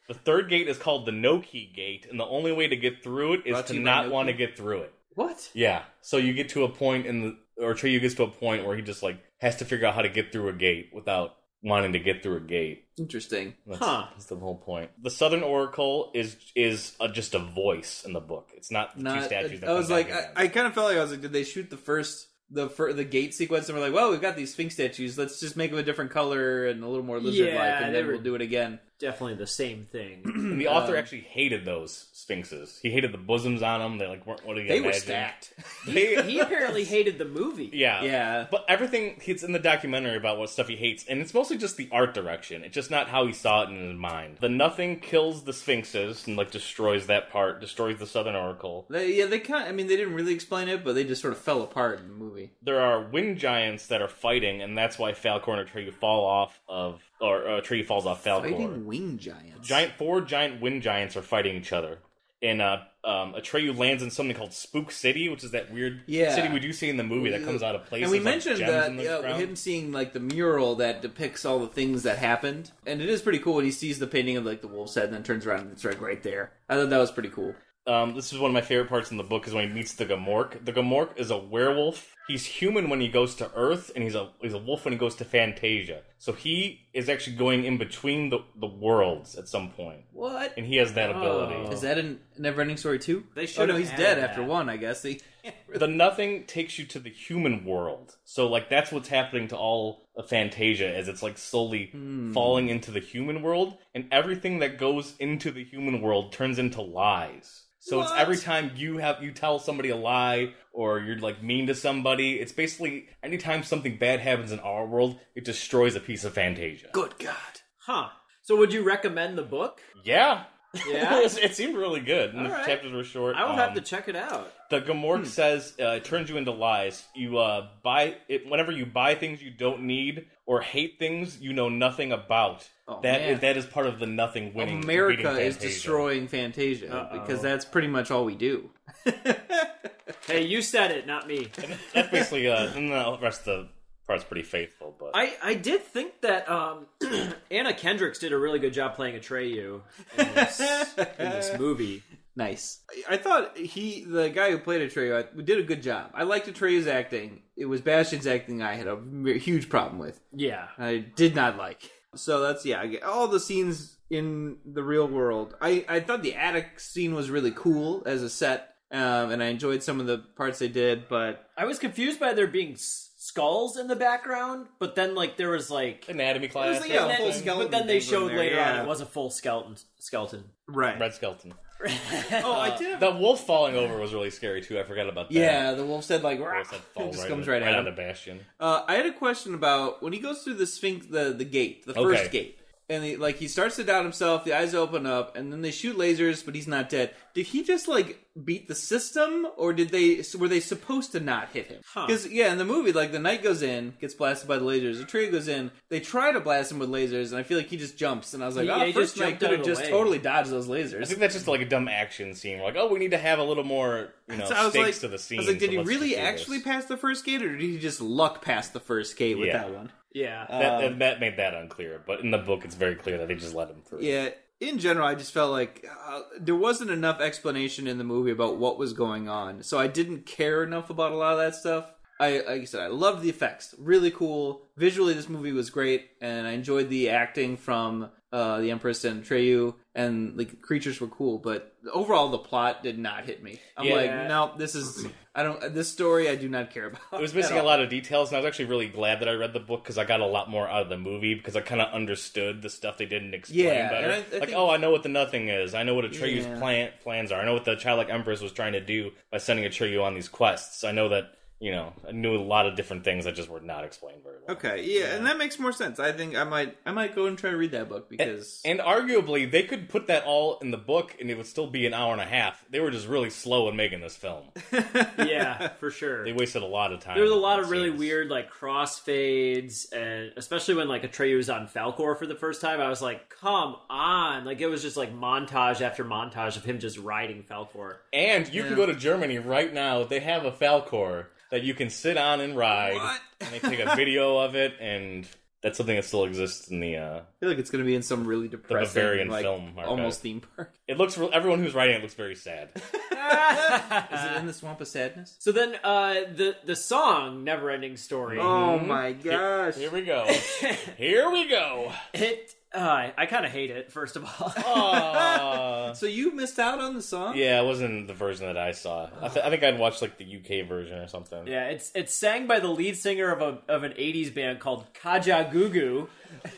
The third gate is called the no key gate, and the only way to get through it is Brought to to you by not No want to Key? get through it. what? Yeah, so you get to a point in the or Treyu gets to a point where he just like has to figure out how to get through a gate without wanting to get through a gate. Interesting. That's, Huh. that's the whole point. The Southern Oracle is is uh just a voice in the book. It's not the two Not. statues. that I was come back like, again. I, I kind of felt like I was like, did they shoot the first the fir- the gate sequence? And we're like, well, we've got these Sphinx statues. Let's just make them a different color and a little more lizard like, Yeah, and they then were- we'll do it again. Definitely the same thing. And the author actually hated those sphinxes. He hated the bosoms on them. They like weren't what he They imagined. were stacked. They- he apparently hated the movie. yeah, Yeah. But everything it's in the documentary about what stuff he hates, and it's mostly just the art direction. It's just not how he saw it in his mind. The nothing kills the sphinxes and like destroys that part, destroys the southern oracle. They, yeah, they kind. I mean, they didn't really explain it, but they just sort of fell apart in the movie. There are wind giants that are fighting, and that's why Falcor and Atreyu fall off of, or uh, Atreyu falls off Falcor. Fighting wing giants. Giant four giant wind giants are fighting each other. In uh, um, Atreyu lands in something called Spook City, which is that weird Yeah. city we do see in the movie that comes out of places. And we like mentioned gems that in the uh, ground. him seeing like the mural that depicts all the things that happened, and it is pretty cool when he sees the painting of like the wolf's head, and then turns around and it's like right there. I thought that was pretty cool. Um, this is one of my favorite parts in the book is when he meets the Gamork. The Gamork is a werewolf. He's human when he goes to Earth, and he's a he's a wolf when he goes to Fantasia. So he is actually going in between the, the worlds at some point, What and he has that ability. is that in Never Ending Story two? They Oh no, should've he's added dead that. after one. I guess he. The nothing takes you to the human world. So like that's what's happening to all of Fantasia, as it's like slowly Hmm. falling into the human world, and everything that goes into the human world turns into lies. So it's What? every time you have you tell somebody a lie or you're like mean to somebody, it's basically anytime something bad happens in our world, it destroys a piece of Fantasia. Good God. Huh. So would you recommend the book? Yeah. Yeah. it, seemed really good. And All the right. chapters were short. I will um, have to check it out. The Gamork Hmm. says uh, it turns you into lies. You uh, buy it whenever you buy things you don't need or hate things you know nothing about. Oh, that man. that is part of the nothing winning. America beating is Fantasia. destroying Fantasia because that's pretty much all we do. Hey, you said it, not me. That's basically uh, and the rest of the part's pretty faithful, but I, I did think that um, Anna Kendricks did a really good job playing Atreyu in this, in this movie. Nice. I, I thought he, the guy who played Atreyu, I- did a good job. I liked Atreyu's acting. It was Bastion's acting I had a m- huge problem with. Yeah. I did not like. So that's yeah. I get, all the scenes in the real world. I I thought the attic scene was really cool as a set, um, and I enjoyed some of the parts they did. But I was confused by there being s- skulls in the background, but then like there was like anatomy class. like, or yeah, and a full then- something. skeleton But then they thing going showed there, later yeah. on it was a full skeleton. Skeleton. right. Red skeleton. Oh, I did. Have, The wolf falling over was really scary too. I forgot about that. yeah, the wolf said like, The "Rah!" wolf that falls it just right comes in- right, at right him. on the bastion. Uh, I had a question about when he goes through the Sphinx, the the gate, the Okay. first gate, and he, like he starts to doubt himself. The eyes open up, and then they shoot lasers, but he's not dead. Did he just like beat the system, or did they were they supposed to not hit him? Because yeah, in the movie, like the knight goes in, gets blasted by the lasers. The tree goes in. They try to blast him with lasers, and I feel like he just jumps. And I was like, He- oh, he first just knight jumped could out have of the just way. totally dodged those I lasers. think that's just like a dumb action scene. Like, oh, we need to have a little more, you know, So I was stakes like, to the scene. I was like, did so he let's just really do this. actually pass the first gate, or did he just luck past the first gate with Yeah. that one? Yeah. That, Um, that, that made that unclear, but in the book, it's very clear that they just let him through. Yeah, in general, I just felt like uh, there wasn't enough explanation in the movie about what was going on, so I didn't care enough about a lot of that stuff. I, like I said, I loved the effects, really cool. Visually, this movie was great, and I enjoyed the acting from uh, the Empress and Treyu, and like creatures were cool. But overall, the plot did not hit me. I'm Yeah. like, no, this is I don't this story I do not care about. It was missing a lot of details, and I was actually really glad that I read the book because I got a lot more out of the movie because I kind of understood the stuff they didn't explain Yeah, better. and I- I like, think- oh, I know what the nothing is. I know what Atreyu's Yeah. plant plans are. I know what the Childlike Empress was trying to do by sending Atreyu on these quests. I know that you know I knew a lot of different things that just were not explained very well. Okay, yeah, and that makes more sense. I think I might I might go and try to read that book because And arguably, they could put that all in the book, and it would still be an hour and a half. They were just really slow in making this film. yeah, for sure. They wasted a lot of time. There was a lot of really Scenes. weird like crossfades, and especially when like Atreyu was on Falcor for the first time, I was like, "Come on!" Like it was just like montage after montage of him just riding Falcor. And you can go to Germany right now. They have a Falcor that you can sit on and ride. What? And they take a video of it, and that's something that still exists in the. Uh, I feel like it's going to be in some really depressing, Bavarian like, film archive. almost theme park. it looks. real- Everyone who's riding it looks very sad. Is it in the swamp of sadness? So then uh, the the song "Never Ending Story." Oh my gosh! Mm-hmm. Here we go. Here we go. It uh, I kind of hate it. First of all, Oh, Aw. So you missed out on the song? yeah, it wasn't the version that I saw. I, th- I think I'd watched like the UK version or something. yeah, it's it's sang by the lead singer of a of an '80s band called Kaja Gugu.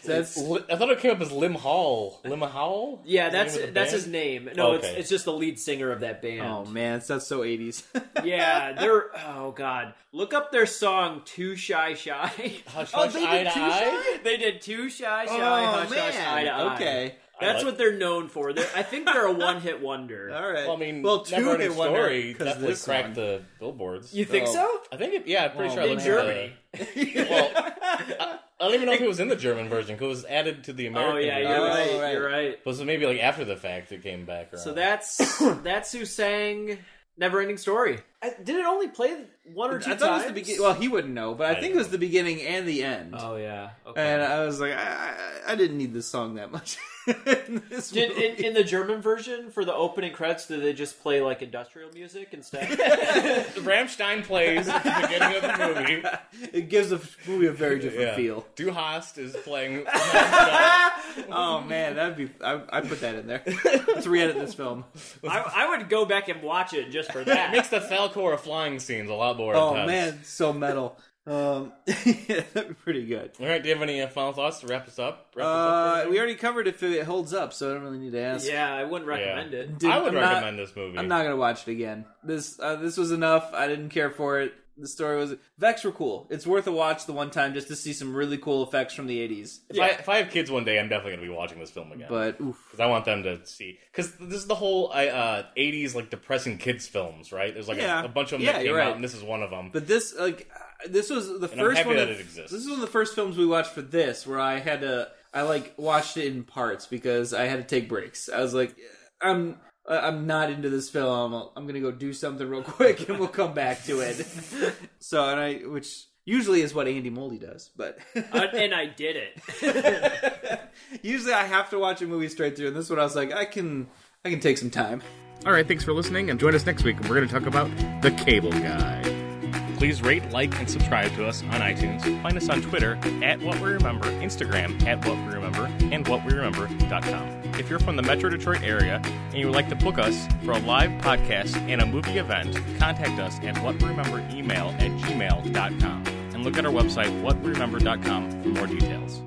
that's Li- I thought it came up as Lim Hall. Lim Howell? Yeah, Is the name of that's the that's band? his name. No, Okay. it's it's just the lead singer of that band. oh man, it's not so eighties. Yeah, they're oh god. Look up their song "Too Shy Shy." Hush, Oh, hush, they did eye to Too eye? they did "Too Shy Shy." oh hush, Hush, Eye to man, Eye. okay, I that's like- what they're known for. They're, I think they're a one-hit wonder. all right. Well, I mean, well, Never two Ending hit Story story definitely cracked the billboards. You think Oh. so? I think it, yeah, I'm pretty Well, sure I Oh, in looked at the- Germany. well, I, I don't even know if it was in the German version because it was added to the American. Oh yeah, version. you're Oh, right, right. You're right. But so maybe like after the fact it came back. Around. So that's that's who sang "Neverending Story." I, did it only play one or two I thought times? it was the beginning. Well, he wouldn't know, but I, I think it was the beginning and the end. oh yeah. Okay. And uh, I was like, I, I, I didn't need this song that much. in this Did in, movie. in the German version for the opening credits? Did they just play like industrial music instead? Ramstein plays at the beginning of the movie. it gives the movie a very different Yeah. feel. Du Hast is playing. I Oh man, that'd be. I, I put that in there. Let's re-edit this film. I, I would go back and watch it just for that. makes the Falcor flying scenes a lot more. Oh intense. man, so metal. Um, yeah, that'd be pretty good. All right, do you have any uh, final thoughts to wrap us up? Wrap us up Uh, Brandon? we already covered if it holds up, so I don't really need to ask. yeah, I wouldn't Yeah. recommend it. Dude, I would I'm not- recommend this movie. I'm not gonna watch it again. This uh, this was enough. I didn't care for it. The story was Vex were cool. It's worth a watch the one time just to see some really cool effects from the 80s. If, I, if I have kids one day, I'm definitely going to be watching this film again. But oof. because I want them to see. Because this is the whole I, uh, '80s like depressing kids films, right? There's like Yeah. a, a bunch of them Yeah, that came you're right. out, and this is one of them. But this like uh, this was the I'm first happy one that of- it exists. This is one of the first films we watched for this where I had to I like watched it in parts because I had to take breaks. I was like I'm uh, I'm not into this film. I'm gonna go do something real quick and we'll come back to it. so and I which usually is what Andy Moldy does, but Uh, and I did it. Usually I have to watch a movie straight through, and this one I was like, I can I can take some time. All right, thanks for listening, and join us next week. We're going to talk about The Cable Guy. Please rate, like, and subscribe to us on iTunes. Find us on Twitter at What We Remember, Instagram at What We Remember, and WhatWeRemember.com. If you're from the Metro Detroit area and you would like to book us for a live podcast and a movie event, contact us at WhatWeRememberEmail at gmail.com and look at our website, WhatWeRemember.com, for more details.